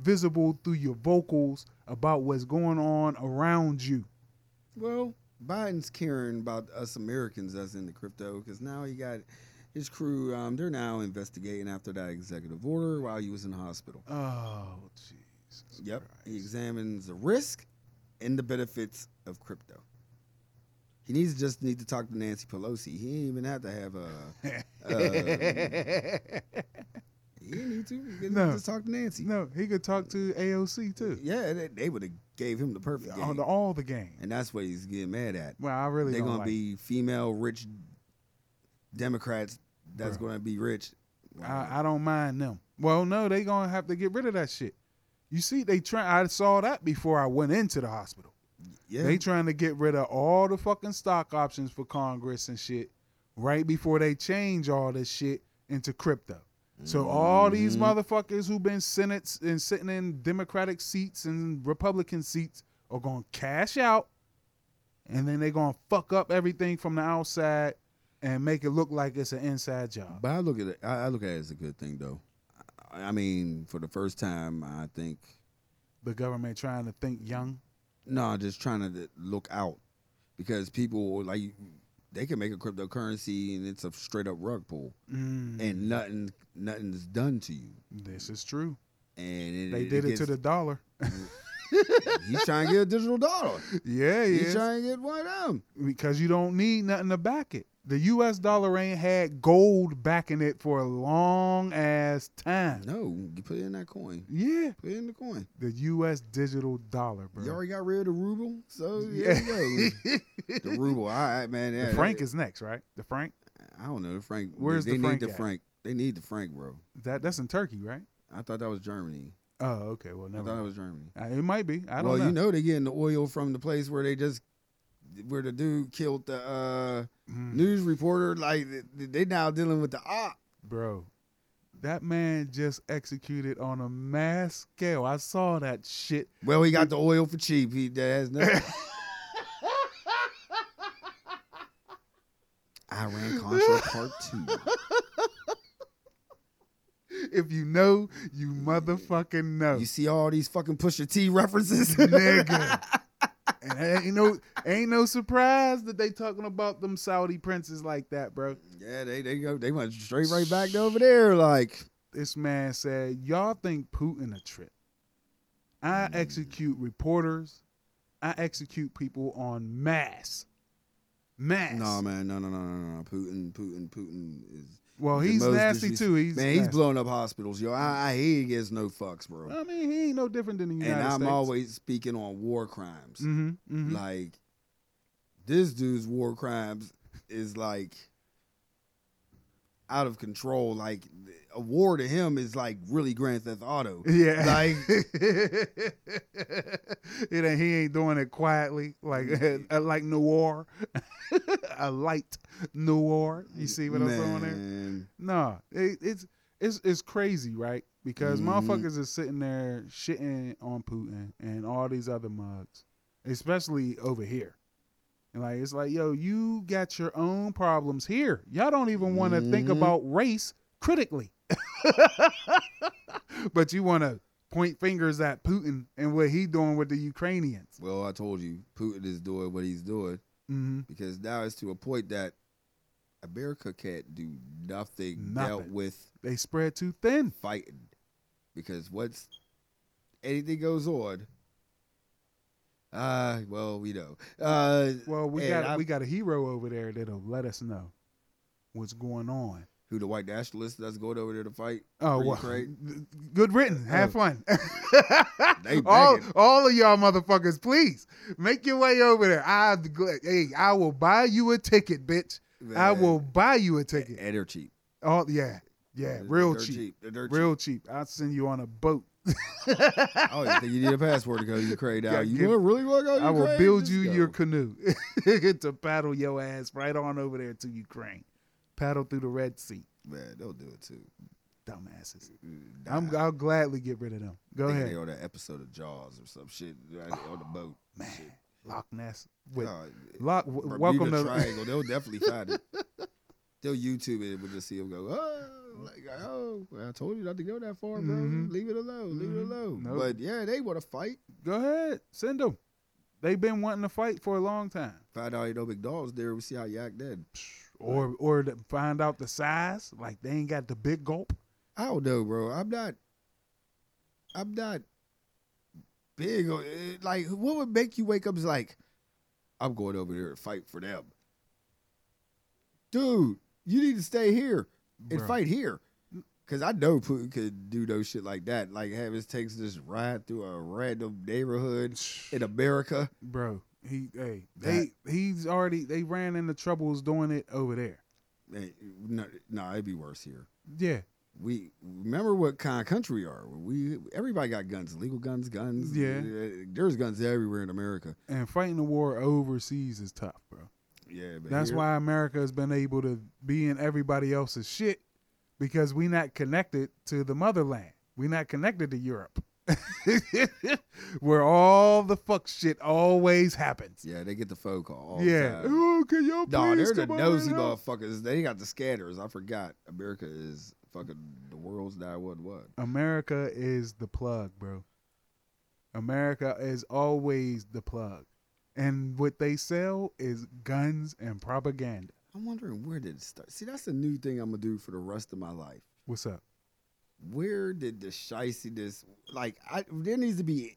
S1: visible through your vocals about what's going on around you.
S2: Well, Biden's caring about us Americans that's in the crypto because now he got his crew. Um, they're now investigating after that executive order while he was in the hospital.
S1: Oh, jeez.
S2: Yep, he examines the risk and the benefits of crypto. He needs to just need to talk to
S1: (laughs)
S2: Nancy Pelosi. He ain't even have to have a. um, He didn't need to. He could
S1: No.
S2: Just talk to Nancy.
S1: No, he could talk to AOC too
S2: Yeah, they, they would have gave him the perfect game.
S1: on the, all the game.
S2: and that's what he's getting mad at.
S1: Well, I really
S2: They're
S1: don't
S2: gonna
S1: like
S2: be female rich Democrats. That's gonna be rich.
S1: I, I don't mind them. Well, no, they gonna have to get rid of that shit. You see, they try. I saw that before I went into the hospital.
S2: yeah,
S1: They trying to get rid of all the fucking stock options for Congress and shit right before they change all this shit into crypto. So all these motherfuckers who've been senate and sitting in Democratic seats and Republican seats are gonna cash out, and then they gonna fuck up everything from the outside and make it look like it's an inside job.
S2: But I look at it. I, I look at it as a good thing, though. I, I mean, for the first time, I think
S1: The government trying to think young.
S2: no, just trying to th- look out because people like they can make a cryptocurrency and it's a straight up rug pull,
S1: Mm,
S2: and nothing nothing's done to you.
S1: this is true.
S2: And it,
S1: They did it to
S2: gets-
S1: the dollar.
S2: (laughs) He's trying to get a
S1: (laughs)
S2: digital dollar.
S1: Yeah,
S2: He's
S1: yeah.
S2: trying to get one of them.
S1: because you don't need nothing to back it. The U.S. dollar ain't had gold backing it for a long ass time.
S2: No, you put it in that coin.
S1: Yeah,
S2: Put it in the coin.
S1: the U.S. digital dollar, bro.
S2: You already got rid of the ruble, so yeah, you go. (laughs) the ruble. All right, man. Yeah,
S1: the franc is next, right? The franc
S2: I don't know the franc.
S1: Where's
S2: they
S1: the
S2: need
S1: franc
S2: the
S1: at?
S2: franc. They need the franc, bro.
S1: that that's in Turkey, right?
S2: I thought that was Germany.
S1: Oh, okay. Well,
S2: I
S1: never.
S2: thought it
S1: mind.
S2: was Germany.
S1: Uh, it might be. I don't
S2: well,
S1: know.
S2: you know they're getting the oil from the place where they just where the dude killed the uh,
S1: Mm.
S2: news reporter. Like th- th- they now dealing with the op.
S1: bro. That man just executed on a mass scale. I saw that shit.
S2: Well, he got the oil for cheap. He that has (laughs) nothing. Iran Contra Part Two.
S1: If you know, you motherfucking know.
S2: You see all these fucking Pusha T references.
S1: (laughs)
S2: (laughs)
S1: nigga. And it ain't no ain't no surprise that they talking about them Saudi princes like that, bro.
S2: yeah, they they go they went straight right back to over there. Like
S1: This man said, Y'all think Putin a trip. I
S2: Mm.
S1: execute reporters. I execute people on mass. Mass.
S2: no man, no no no no no. Putin Putin Putin is
S1: well,
S2: the
S1: Oh, he's
S2: most
S1: nasty
S2: disres-
S1: too. He's
S2: man, he's
S1: nasty.
S2: blowing up hospitals, yo. I, I he gives no fucks, bro.
S1: I mean, he ain't no different than the United
S2: and I'm
S1: States.
S2: always speaking on war crimes.
S1: hmm
S2: Like this dude's war crimes is like out of control. Like a war to him is like really Grand Theft Auto.
S1: Yeah.
S2: Like
S1: (laughs) it ain't, he ain't doing it quietly like uh, (laughs) like noir, a light noir. You see what I'm doing there?
S2: Man.
S1: Nah, it, it's it's it's crazy, right? Because
S2: Mhm.
S1: motherfuckers is sitting there shitting on Putin and all these other mugs, especially over here. And like it's like, yo, you got your own problems here. Y'all don't even want to think
S2: Mhm.
S1: about race critically, (laughs) but you want to point fingers at Putin and what he doing with the Ukrainians.
S2: Well, I told you, Putin is doing what he's doing
S1: Mm-hmm.
S2: because now it's to a point that America can't do nothing, dealt
S1: Nothing.
S2: with
S1: They spread too thin.
S2: fighting because once anything goes on, uh, well, we know. Uh,
S1: Well, we
S2: and
S1: got
S2: I-
S1: we got a hero over there that'll let us know what's going on.
S2: who the white nationalists that's going over there to fight.
S1: Oh,
S2: for
S1: well,
S2: Ukraine.
S1: th- good written. Have
S2: Oh.
S1: fun. (laughs)
S2: They
S1: all,
S2: begging.
S1: all of y'all motherfuckers, please make your way over there. I, hey, I will buy you a ticket, bitch. I
S2: Man,
S1: will buy you a ticket.
S2: And they're cheap.
S1: Oh yeah, yeah,
S2: They're-
S1: real
S2: they're
S1: cheap,
S2: They're dirt
S1: real cheap. I'll send you on a boat.
S2: cheap. Oh, you think you need a passport to go to
S1: (laughs)
S2: Ukraine now?
S1: Yeah,
S2: you
S1: give-
S2: wanna really want to go to
S1: I will
S2: Oh, Ukraine?
S1: build
S2: Just
S1: you
S2: go.
S1: your canoe (laughs) to paddle your ass right on over there to Ukraine. Paddle through the Red Sea,
S2: Man, they'll do it too.
S1: dumbasses.
S2: Mm,
S1: I'm,
S2: nah.
S1: I'll gladly get rid of them. Go
S2: Think
S1: ahead,
S2: They on that episode of Jaws or some shit right, on the
S1: (sighs)
S2: boat. Shit.
S1: man. Loch Ness. With,
S2: Nah,
S1: Loch, w-
S2: Bermuda
S1: welcome to
S2: Triangle. They'll definitely
S1: (laughs)
S2: find it. They'll YouTube it and we'll just see them go, oh, like, oh, well, I told you not to go that far, bro.
S1: Mhm.
S2: Leave it alone. Leave it
S1: Mhm.
S2: alone.
S1: Nope.
S2: But yeah, they want to fight.
S1: Go ahead, send them. They've been wanting to fight for a long time.
S2: Find out ain't no McDonald's there. We see how you act then.
S1: Or or to find out the size, like they ain't got the big gulp.
S2: I don't know, bro. I'm not. I'm not big. on it. Like, what would make you wake up? Is like, I'm going over there to fight for them, dude. You need to stay here and
S1: Bruh.
S2: fight here. Cause I know Putin could do no shit like that. Like have his takes just ride through a random neighborhood in America.
S1: bro. He hey they he's already they ran into troubles doing it over there.
S2: Hey, Eh, No, no, it'd be worse here.
S1: Yeah,
S2: We remember what kind of country we are. We everybody got guns, legal guns, guns.
S1: Yeah.
S2: Uh, there's guns everywhere in America.
S1: and fighting a war overseas is tough, bro.
S2: Yeah, but
S1: That's
S2: here-
S1: why America has been able to be in everybody else's shit because we not connected to the motherland. we not connected to Europe, (laughs) where all the fuck shit always happens.
S2: Yeah, they get the phone call. All
S1: Yeah.
S2: The time.
S1: Ooh, can y'all please
S2: Nah, they're the
S1: come over and
S2: nosy
S1: help?
S2: motherfuckers. They got the scatters. I forgot. America is fucking the world's nine one one.
S1: America is the plug, bro. America is always the plug. And what they sell is guns and propaganda.
S2: I'm wondering where did it start. See, that's a new thing I'm gonna do for the rest of my life.
S1: What's up?
S2: Where did the shiciness? Like, I there needs to be.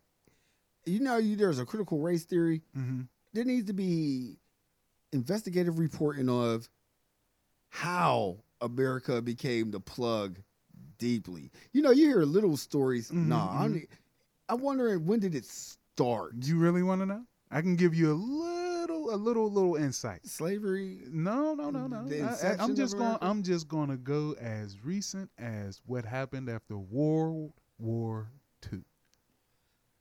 S2: You know, you, there's a critical race theory.
S1: Mm-hmm.
S2: There needs to be investigative reporting of how America became the plug deeply. You know, you hear little stories.
S1: Mhm,
S2: nah, I'm, I'm wondering when did it start?
S1: Do you really want to know? I can give you a little, a little, little insight.
S2: Slavery.
S1: No, no, no, no.
S2: The
S1: I,
S2: inception
S1: am
S2: of
S1: just going.
S2: America?
S1: I'm just going to go as recent as what happened after World War II.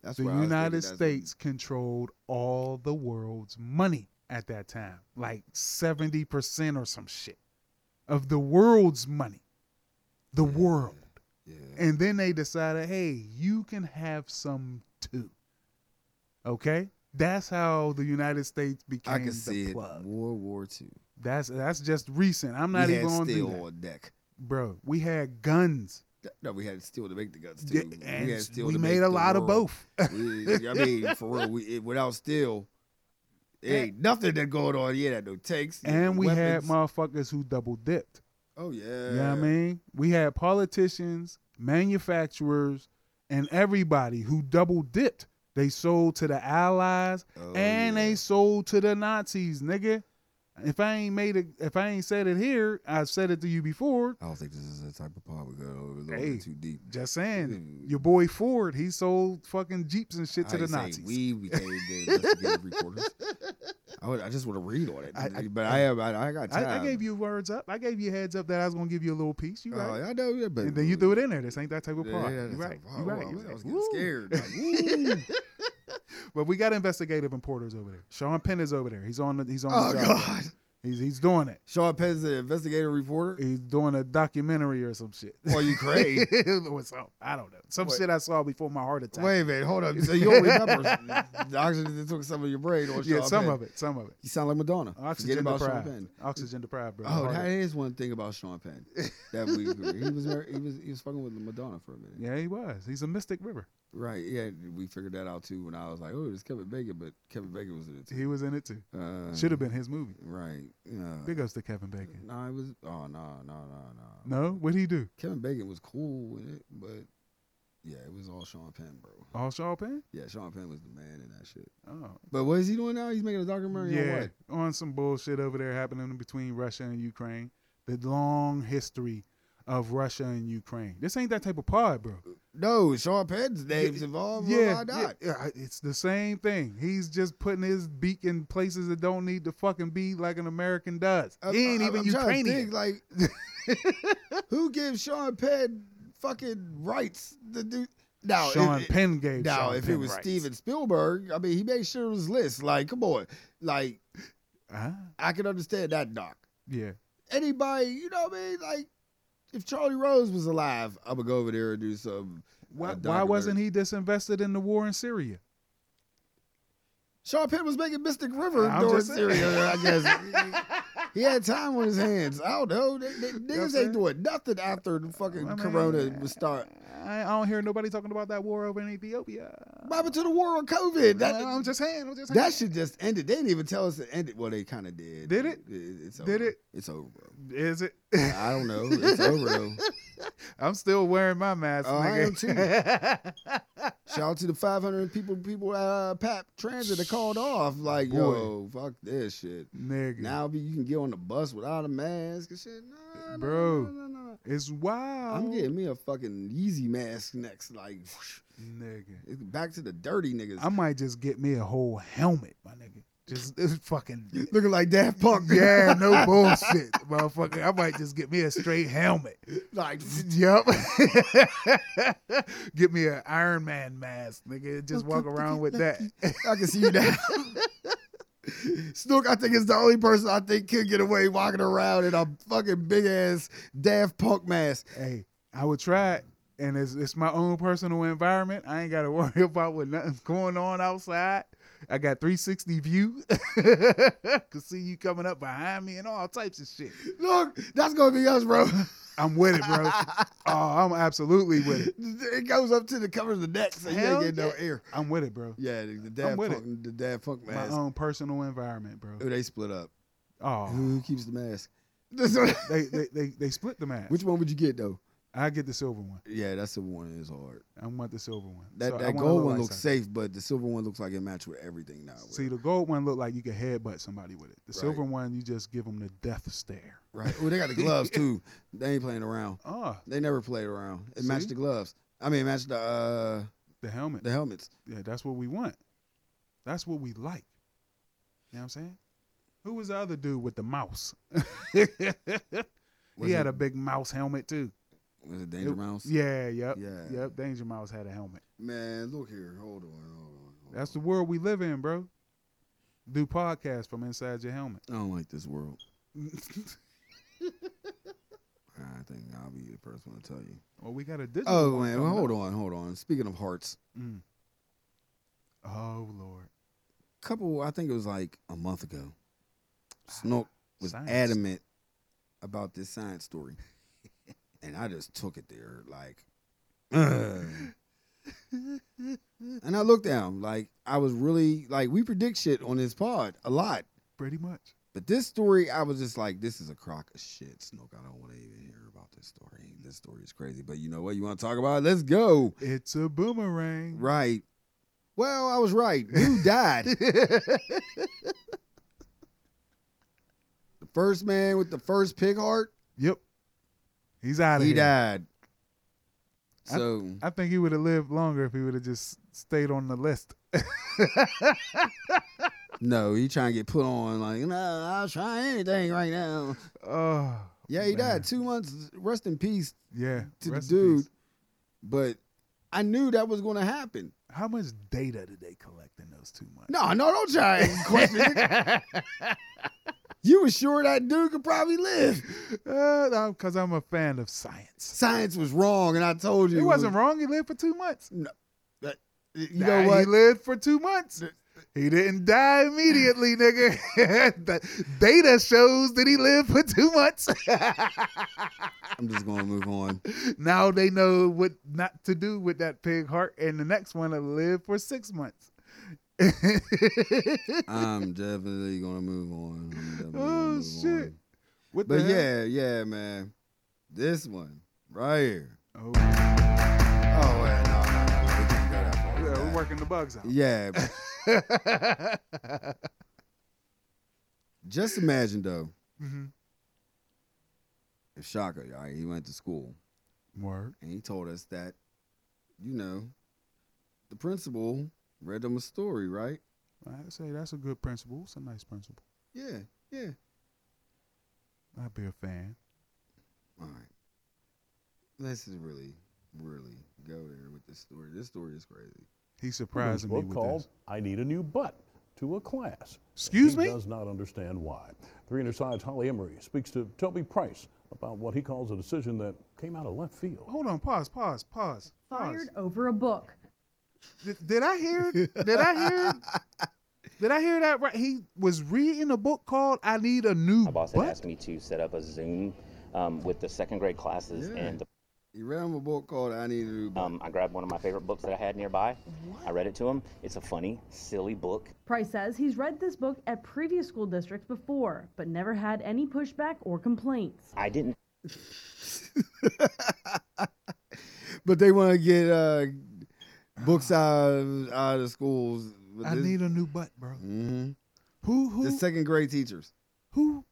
S2: That's
S1: the
S2: where I was thinking
S1: United
S2: that's-
S1: States controlled all the world's money at that time, like 70% or some shit of the world's money. The
S2: Mm.
S1: world.
S2: Yeah.
S1: And then they decided, hey, you can have some too. Okay? That's how the United States became
S2: I can
S1: the
S2: see it.
S1: plug.
S2: World War Two.
S1: That's that's just recent. I'm not
S2: we
S1: even
S2: had
S1: on
S2: steel
S1: that.
S2: on deck.
S1: Bro, we had guns.
S2: Th- No, we had steel to make the guns
S1: Yeah,
S2: too.
S1: and
S2: we had steel
S1: we
S2: to
S1: made
S2: make
S1: a
S2: the
S1: lot of
S2: world.
S1: both.
S2: We- I mean, for real, we, it, without steel, it ain't nothing that going on. You ain't had no tanks. you
S1: (laughs) And we had
S2: weapons.
S1: motherfuckers who double dipped.
S2: Oh yeah.
S1: You know what I mean? We had politicians, manufacturers, and everybody who double dipped. They sold to the Allies
S2: Oh,
S1: and
S2: yeah.
S1: they sold to the Nazis, nigga. If I ain't made it, if I ain't said it here, I've said it to you before.
S2: I don't think this is the type of pod we go a little
S1: Hey,
S2: bit too deep.
S1: Just saying,
S2: Mm.
S1: your boy Ford, he sold fucking jeeps and shit to
S2: I
S1: the
S2: ain't saying
S1: Nazis.
S2: We became the
S1: (laughs)
S2: investigative reporters. I, would, I just want to read on it,
S1: I- I-
S2: but I am. I, I got time.
S1: I, I gave you words up. I gave you heads up that I was gonna give you a little piece. You
S2: Oh,
S1: right?
S2: I know, yeah, but
S1: and then you threw it in there. This ain't that type of
S2: Yeah,
S1: part.
S2: yeah,
S1: you
S2: that's
S1: right?
S2: like,
S1: You
S2: wow,
S1: right?
S2: wow,
S1: You
S2: I
S1: right.
S2: was getting
S1: Woo. (laughs)
S2: scared. Like, woo.
S1: But we got investigative reporters over there. Sean Penn is over there. He's on. The, he's on.
S2: oh
S1: the job.
S2: God.
S1: He's he's doing it.
S2: Sean Penn's an investigative
S1: (laughs)
S2: reporter
S1: He's doing a documentary or some shit. (laughs)
S2: on Ukraine.
S1: or some, I don't know. Some
S2: Wait.
S1: shit I saw before my heart attack.
S2: Wait a minute, hold up. So you don't (laughs) remember the oxygen that took some of your brain on
S1: yeah,
S2: Sean
S1: some
S2: Penn.
S1: of it. Some of it.
S2: You sound like Madonna. Forget
S1: Oxygen
S2: about Sean
S1: deprived.
S2: Penn.
S1: Oxygen deprived, bro.
S2: Oh,
S1: Heart
S2: that
S1: attack.
S2: is one thing about Sean Penn that we he was mar- he was he was fucking with Madonna for a minute.
S1: yeah, he was. He's a mystic river.
S2: Right. Yeah, we figured that out too when I was like, oh, it's Kevin Bacon, but Kevin Bacon was in it too.
S1: He was in it too.
S2: Uh,
S1: Should have been his movie.
S2: Right. Uh,
S1: Big ups to Kevin Bacon.
S2: No, it was. Oh no, no, no, no.
S1: No, what'd he do?
S2: Kevin Bacon was cool with it, but yeah, it was all Sean Penn, bro.
S1: All Sean Penn?
S2: Yeah, Sean Penn was the man in that shit.
S1: Oh,
S2: But what is he doing now? He's making a documentary on
S1: yeah,
S2: what?
S1: on some bullshit over there happening between Russia and Ukraine. The long history of Russia and Ukraine. This ain't that type of pod, bro.
S2: No, Sean Penn's name's involved. Yeah,
S1: yeah,
S2: Oh, why not?
S1: yeah, I- it's the same thing. He's just putting his beak in places that don't need to fucking be, like an American does.
S2: I'm-
S1: he ain't
S2: Uh, I'm-
S1: even
S2: I'm trying to
S1: Ukrainian.
S2: think, like, (laughs) who gives Sean Penn fucking rights to do? Now,
S1: Sean
S2: if, it-
S1: Penn gave.
S2: Now,
S1: Sean
S2: if it
S1: Penn
S2: was
S1: rights.
S2: Steven Spielberg, I mean, he made sure it was list. Like, come on, like
S1: Ah,
S2: I can understand that doc.
S1: yeah,
S2: Anybody, you know what I mean? Like, if Charlie Rose was alive, I'm gonna go over there and do some.
S1: why,
S2: a
S1: why wasn't
S2: documentary.
S1: he disinvested in the war in Syria?
S2: Sean Penn was making Mystic River
S1: I'm
S2: during
S1: just saying.
S2: Syria,
S1: (laughs)
S2: I guess. he had time on his hands. I don't know. They, they,
S1: I'm
S2: niggas
S1: saying.
S2: ain't doing nothing after the fucking
S1: I mean,
S2: Corona was start.
S1: I, I don't hear nobody talking about that war over in Ethiopia.
S2: What happened to the war on COVID? That,
S1: I'm just saying. I'm just
S2: that shit just ended. They didn't even tell us it ended. Well, they kind of did.
S1: Did it?
S2: It's
S1: Did
S2: over.
S1: it?
S2: It's over, bro.
S1: Is it? (laughs)
S2: I don't know. It's over though.
S1: I'm still wearing my mask,
S2: Oh, I am
S1: (laughs) nigga.
S2: Shout out to the 500 people, people, uh, Pap Transit that called off. Like, yo, fuck this shit.
S1: (laughs) Nigga.
S2: Now be- you can get on the bus without a mask and shit. Nah, nah,
S1: Bro.
S2: nah, nah, nah.
S1: It's wild.
S2: I'm getting me a fucking Yeezy mask next. Like,
S1: Nigga.
S2: it's back to the dirty niggas.
S1: I might just get me a whole helmet, my nigga. Just it's
S2: (laughs)
S1: fucking
S2: (laughs) looking like Daft Punk.
S1: yeah, no bullshit, motherfucker. I might just get me a straight helmet.
S2: (laughs) like,
S1: (laughs) Yup. get me an Iron Man mask, nigga. and Just walk around with that.
S2: (laughs) I can see you now. Snook, I think is the only person I think could get away walking around in a fucking big ass Daft Punk mask.
S1: hey, I would try it. And it's, it's my own personal environment. I ain't got to (laughs) worry about what nothing's going on outside. I got 360 view. (laughs) Can see you coming up behind me and all types of shit.
S2: Look, that's gonna be us, bro.
S1: I'm with it,
S2: (laughs)
S1: bro. oh, I'm absolutely with it.
S2: it goes up to the cover of the neck, so you
S1: Hell
S2: ain't getting no
S1: yeah.
S2: air.
S1: I'm with it, bro.
S2: Yeah, the, the Daft
S1: with
S2: Punk, the Daft Punk
S1: My
S2: mask.
S1: own personal environment, bro.
S2: Oh, they split up.
S1: Oh,
S2: Who keeps the mask? (laughs)
S1: (laughs)
S2: That's what-
S1: they, they, they, they split the match.
S2: Which one would you get though?
S1: I get the silver one.
S2: Yeah, that's the one that is hard.
S1: I want the silver one.
S2: That
S1: So I
S2: that
S1: want a
S2: gold
S1: low
S2: one
S1: light
S2: looks
S1: side.
S2: safe, but the silver one looks like it matched with everything now.
S1: See, the gold one looked like you could headbutt somebody with it. The
S2: Right.
S1: silver one, you just give them the death stare.
S2: right?
S1: (laughs)
S2: Oh, they got the gloves too. They ain't playing around.
S1: Oh,
S2: They never played around. It
S1: See?
S2: matched the gloves. I mean, it matched the uh,
S1: the helmet.
S2: the helmets.
S1: Yeah, that's what we want. That's what we like. You know what I'm saying? Who was the other dude with the mouse? (laughs)
S2: Was
S1: he had
S2: it-
S1: a big mouse helmet too.
S2: Was it Danger
S1: It-
S2: Mouse?
S1: Yeah, yep.
S2: Yeah.
S1: Yep. Danger Mouse had a helmet.
S2: Man, look here. Hold on. Hold on. hold
S1: That's the
S2: on.
S1: world we live in, bro. Do podcasts from inside your helmet. (laughs)
S2: I don't like this world. I think I'll be the first one to tell you.
S1: well, we got a digital.
S2: Oh
S1: one
S2: man,
S1: coming
S2: well, hold
S1: up.
S2: on, hold on. Speaking of hearts,
S1: Mm. Oh Lord.
S2: couple, I think it was like a month ago. Snook was
S1: Science.
S2: adamant about this science story, (laughs) and I just took it there, like, ugh. and I looked down, like I was really like we predict shit on this pod a lot,
S1: Pretty much.
S2: but this story, I was just like, this is a crock of shit, Snook. I don't want to even hear about this story. This story is crazy, but you know what? You want to talk about? It? Let's go.
S1: It's a boomerang.
S2: Right. Well, I was right. You (laughs) died. the first man with the first pig heart,
S1: Yep. He's out of
S2: he
S1: here.
S2: died.
S1: I-
S2: So
S1: I think he would have lived longer if he would have just stayed on the list.
S2: no, he trying to get put on like, no, I'll try anything right now.
S1: Oh.
S2: Yeah, he
S1: man.
S2: died. Two months rest in peace
S1: Yeah.
S2: to
S1: rest
S2: the
S1: in
S2: dude.
S1: peace.
S2: But I knew that was gonna happen.
S1: How much data did they collect in those two months?
S2: No, no, don't try (laughs) and question it. You were sure that dude could probably live.
S1: Because (laughs) I'm a fan of science.
S2: Science was wrong, and I told you
S1: It
S2: was-
S1: wasn't wrong. He lived for two months.
S2: You know
S1: Nah, He
S2: what?
S1: lived for two months. He didn't die immediately, nigga. (laughs) the data shows that he lived for two months. (laughs)
S2: I'm just gonna move on.
S1: now they know what not to do with that pig heart, and the next one will live for six months. (laughs)
S2: I'm definitely gonna move on. I'm definitely gonna
S1: Oh,
S2: move
S1: shit.
S2: on.
S1: What the
S2: But
S1: hell?
S2: yeah, yeah, man. This one right here.
S1: Oh,
S2: Oh, wait, no, no, no, we can't go that far
S1: yeah,
S2: with
S1: we're
S2: that.
S1: working the bugs out.
S2: Yeah, but (laughs) just imagine though
S1: Mhm.
S2: if Shaka, all right, he went to school
S1: Word.
S2: and he told us that, you know, the principal read him a story, right?
S1: I'd say that's a good principle. It's a nice principle.
S2: Yeah, yeah.
S1: I'd be a fan.
S2: All right. Let's just really, really go there with this story. This story is crazy.
S1: He's surprising me with
S9: called
S1: this.
S9: I Need a New Butt to a class.
S1: Excuse
S9: he
S1: me?
S9: does not understand why. 300 Side's Holly Emery speaks to Toby Price about what he calls a decision that came out of left field.
S1: Hold on. Pause. Pause. Pause. Pause.
S10: Fired over a book.
S1: Did, did I hear? Did I
S9: (laughs)
S1: hear? Did I hear that right? He was reading a book called "I Need a New
S11: My boss had
S1: Butt."
S11: asked me to set up a Zoom um, with the second grade classes,
S2: Yeah.
S11: and
S2: He read him a book called I Need a New Book.
S11: um, I grabbed one of my favorite books that I had nearby. I read it to him. It's a funny, silly book.
S10: Price says he's read this book at previous school districts before, but never had any pushback or complaints.
S11: I didn't
S2: but they want to get uh, Books out, out of schools. but
S1: I
S2: this-
S1: need a new butt, bro.
S2: Mhm.
S1: Who who
S2: The second grade teachers.
S1: who?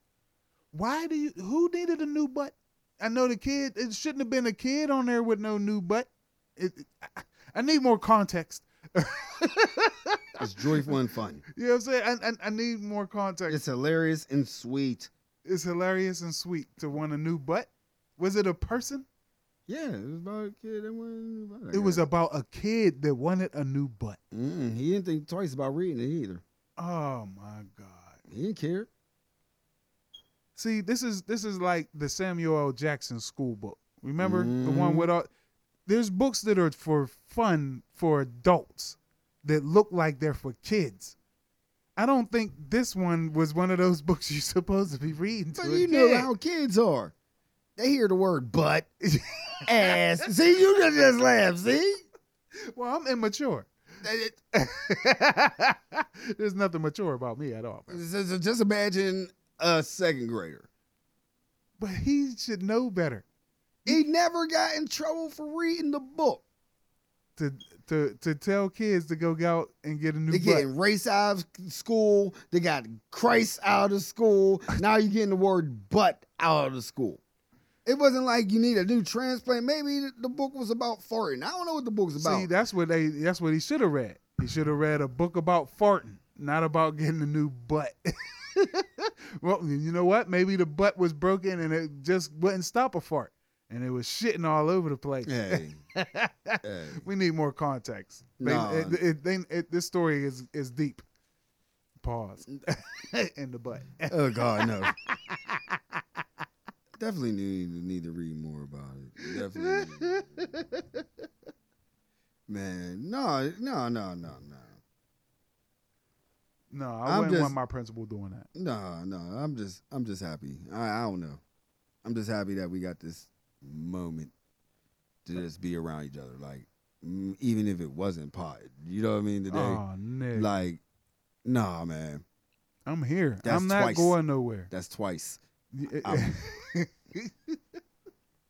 S1: Why do you? Who needed a new butt? I know the kid. It shouldn't have been a kid on there with no new butt. It, I, I need more context.
S2: It's joyful and fun.
S1: You know what I'm saying? I, I, I need more context.
S2: It's hilarious and sweet.
S1: it's hilarious and sweet to want a new butt. Was it a person?
S2: Yeah, it was about a kid that wanted to buy
S1: It was about a kid that wanted a new butt.
S2: Mm, he didn't think twice about reading it either.
S1: Oh my god.
S2: He didn't care.
S1: See, this is this is like the Samuel L. Jackson school book. Remember the
S2: Mm.
S1: one with all there's books that are for fun for adults that look like they're for kids. I don't think this one was one of those (laughs) books you're supposed to be reading to.
S2: But
S1: a
S2: you know
S1: kid.
S2: how kids are. They hear the word butt, (laughs) ass. See, you just- just laugh. See,
S1: (laughs) Well, I'm immature. (laughs) There's nothing mature about me at all. man.
S2: So- so just imagine a second grader.
S1: But he should know better.
S2: He never got in trouble for reading the book.
S1: to to to tell kids to go out and get a new
S2: They
S1: butt.
S2: getting race out of school. They got Christ out of school. Now you're getting the word butt out of school. It wasn't like you need a new transplant. Maybe the- the book was about farting. I don't know what the book's about.
S1: See,
S2: (laughs)
S1: that's what they that's what he should have read. He should have read a book about farting, not about getting a new butt. (laughs) well, you know what? Maybe the butt was broken and it just wouldn't stop a fart, and it was shitting all over the place.
S2: hey, hey.
S1: we need more context. They-
S2: Nah.
S1: it- it- they- it- this story is is deep. Pause. (laughs) In the butt.
S2: Oh God, no. Definitely need need to read more about it. Definitely, man. No, no, no, no, no,
S1: No, I
S2: I'm
S1: wouldn't
S2: just-
S1: want my principal doing that.
S2: no, no. I'm just, I'm just happy. I, I don't know. I'm just happy that we got this moment to just be around each other. Like, mm, even if it wasn't pot, you know what I mean? Today,
S1: Oh, nigga.
S2: like, nah, man.
S1: I'm here.
S2: That's
S1: I'm not
S2: twice.
S1: going nowhere.
S2: That's twice.
S1: Y-
S2: I'm-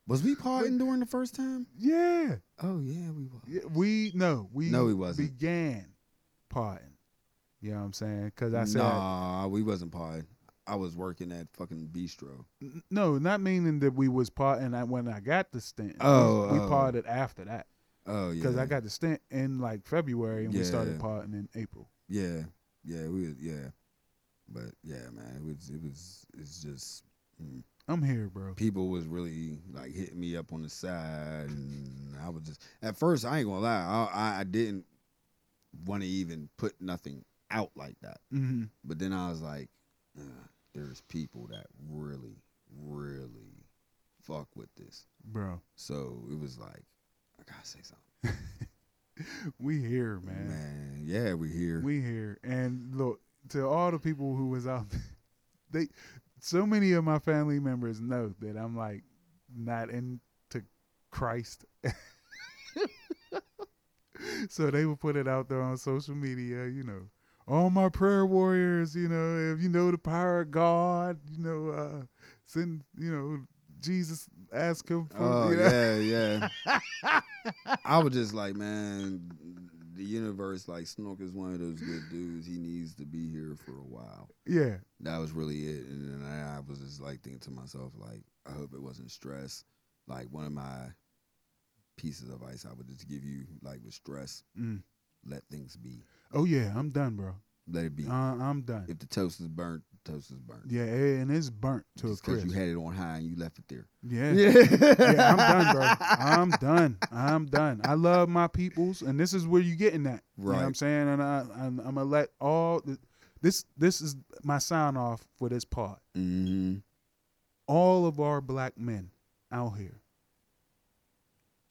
S2: Was we potting during the first time?
S1: (laughs) yeah.
S2: Oh yeah, we was.
S1: Yeah, We no, we
S2: No, he wasn't.
S1: began potting. You know what I'm saying? Because I said
S2: nah, we wasn't potting. I was working at fucking bistro.
S1: N- no, not meaning that we was potting at- when I got the stint. We-
S2: Oh,
S1: we
S2: oh.
S1: potted after that
S2: Oh yeah,
S1: because I got the stint in like February and we started
S2: Yeah.
S1: potting in April.
S2: yeah, yeah, we was- yeah, but yeah, man, it was it was it's just mm,
S1: I'm here, bro.
S2: people was really like hitting me up on the side, and I was just at first I ain't gonna lie, I I, I didn't want to even put nothing out like that,
S1: hmm
S2: but then I was like, "Ugh, there's people that really really fuck with this,
S1: Bro,
S2: so it was like I gotta say something.
S1: we here, man.
S2: Man, yeah, we here.
S1: We here. And look to all the people who was out. there, (laughs) They so many of my family members know that I'm like not into Christ. (laughs) so they would put it out there on social media, you know. All my prayer warriors, you know, if you know the power of God, you know, uh send you know, Jesus ask him for
S2: Oh
S1: you know?
S2: yeah, yeah. I was just like, man, the universe, like Snook is one of those good dudes. He needs to be here for a while.
S1: (laughs) yeah.
S2: That was really it. And then I I was just like thinking to myself, like, I hope it wasn't stress. Like one of my pieces of advice I would just give you, like with stress,
S1: Mm.
S2: let things be.
S1: Oh yeah, I'm done, bro.
S2: Let it be.
S1: Uh, I'm done.
S2: if the toast is burnt, the toast is burnt.
S1: yeah, and it's burnt to a
S2: Just because
S1: crisp.
S2: you had it on high and you left it there.
S1: (laughs) Yeah. Yeah. I'm done, bro. I'm done. I'm done. I love my peoples, and this is where you getting that. You know what I'm
S2: Right.
S1: saying? And I, I'm, I'm gonna let all the, this. This is my sign off for this part.
S2: hmm
S1: All of our black men out here,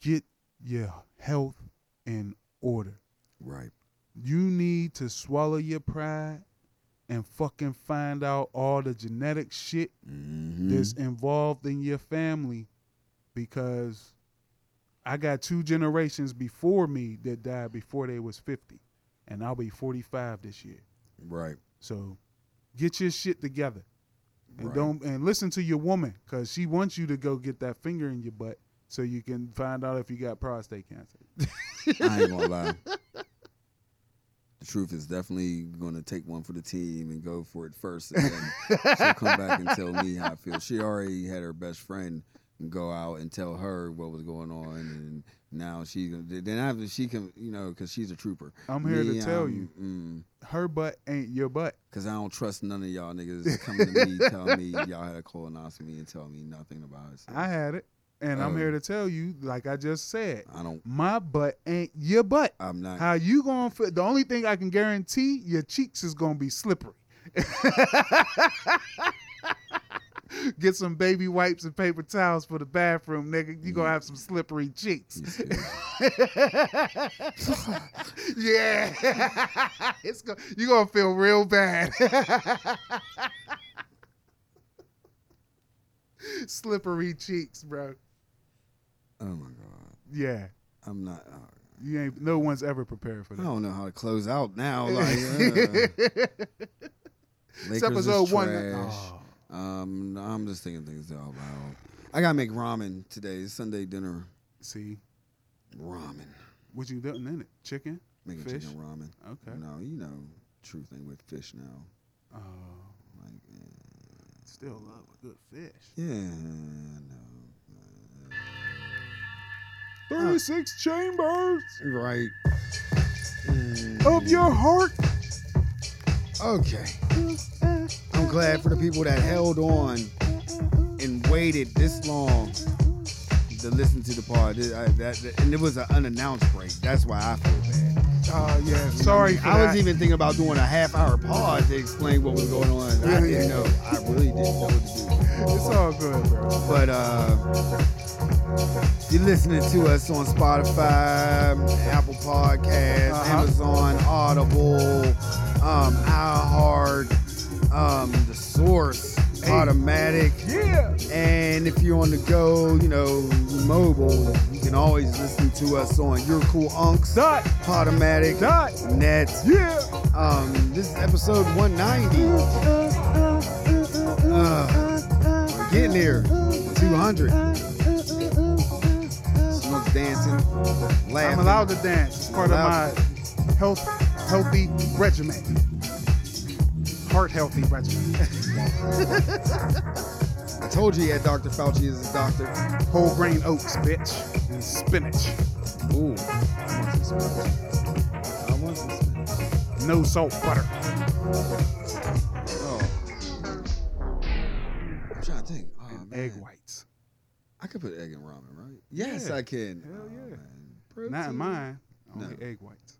S1: get your health in order.
S2: Right.
S1: You need to swallow your pride and fucking find out all the genetic shit
S2: hmm
S1: that's involved in your family because I got two generations before me that died before they was 50 and I'll be 45 this year. (laughs)
S2: Right.
S1: So get your shit together. And
S2: Right.
S1: don't and listen to your woman cuz she wants you to go get that finger in your butt so you can find out if you got prostate cancer.
S2: I ain't gonna lie. The truth is definitely gonna take one for the team and go for it first, and then she'll come back and tell me how I feel. She already had her best friend go out and tell her what was going on, and now she's gonna. Then after she can, you know, because she's a trooper.
S1: I'm here
S2: Me,
S1: to tell
S2: I'm-
S1: you,
S2: mm,
S1: her butt ain't your butt.
S2: Cause I don't trust none of y'all niggas coming to me telling me y'all had a colonoscopy and telling me nothing about it. So
S1: I had it, and I'm
S2: Oh.
S1: here to tell you, like I just said,
S2: I don't.
S1: my butt ain't your butt.
S2: I'm not.
S1: How you gonna feel? The only thing I can guarantee, your cheeks is gonna be slippery. (laughs) Get some baby wipes and paper towels for the bathroom, nigga. You gonna have some slippery cheeks. (laughs) yeah, (laughs) it's go- you gonna feel real bad. (laughs) slippery cheeks, bro.
S2: oh my god.
S1: Yeah,
S2: I'm not. uh, all right.
S1: you ain't. No one's ever prepared for
S2: I
S1: that.
S2: don't know how to close out
S1: (laughs)
S2: now. Like, uh, Lakers
S1: episode
S2: is
S1: one-
S2: trash. Um, no, I'm just thinking things out loud. I gotta make ramen today. It's Sunday dinner
S1: (laughs) See,
S2: ramen.
S1: what you doing in it? Chicken,
S2: Making
S1: fish.
S2: chicken ramen.
S1: Okay.
S2: No, you know, truth ain't with fish now.
S1: Oh,
S2: Like, eh,
S1: still love a good fish.
S2: yeah, no.
S1: Thirty-six chambers
S2: Right.
S1: of your heart.
S2: Okay. I'm glad for the people that held on and waited this long to listen to the pod. Th- I- that- that- and it was an unannounced break. That's why I feel bad.
S1: Oh yeah, sorry.
S2: I, mean,
S1: for
S2: I was
S1: that.
S2: even thinking about doing a half hour pod to explain what was going on. I didn't know. I really didn't know what to do.
S1: It's all good, bro.
S2: But uh, you're listening to us on Spotify, Apple Podcasts,
S1: Uh-huh.
S2: Amazon, Audible, um, iHeart, um, The Source, Automatic.
S1: Yeah.
S2: And if you're on the go, you know, mobile, you can always listen to us on Your Cool Unks,
S1: Dot.
S2: Podomatic,
S1: Dot.
S2: Net.
S1: Yeah.
S2: Um, this is episode 190. Uh, we're getting there. 200. Snook's dancing, laughing.
S1: I'm allowed to dance. It's part of my
S2: Allowed.
S1: health, healthy regimen. Heart healthy regimen.
S2: I told you he had Dr. Fauci as a doctor.
S1: Whole grain oats, bitch, and spinach.
S2: Ooh, I want some spinach. I want some spinach.
S1: No salt butter.
S2: Oh. I'm trying to think. Oh, man.
S1: Egg whites.
S2: I could put egg in ramen, right? Yes,
S1: Yeah.
S2: I can.
S1: Hell
S2: Oh,
S1: yeah.
S2: man.
S1: Not in
S2: Protein.
S1: mine. Only
S2: No.
S1: egg whites.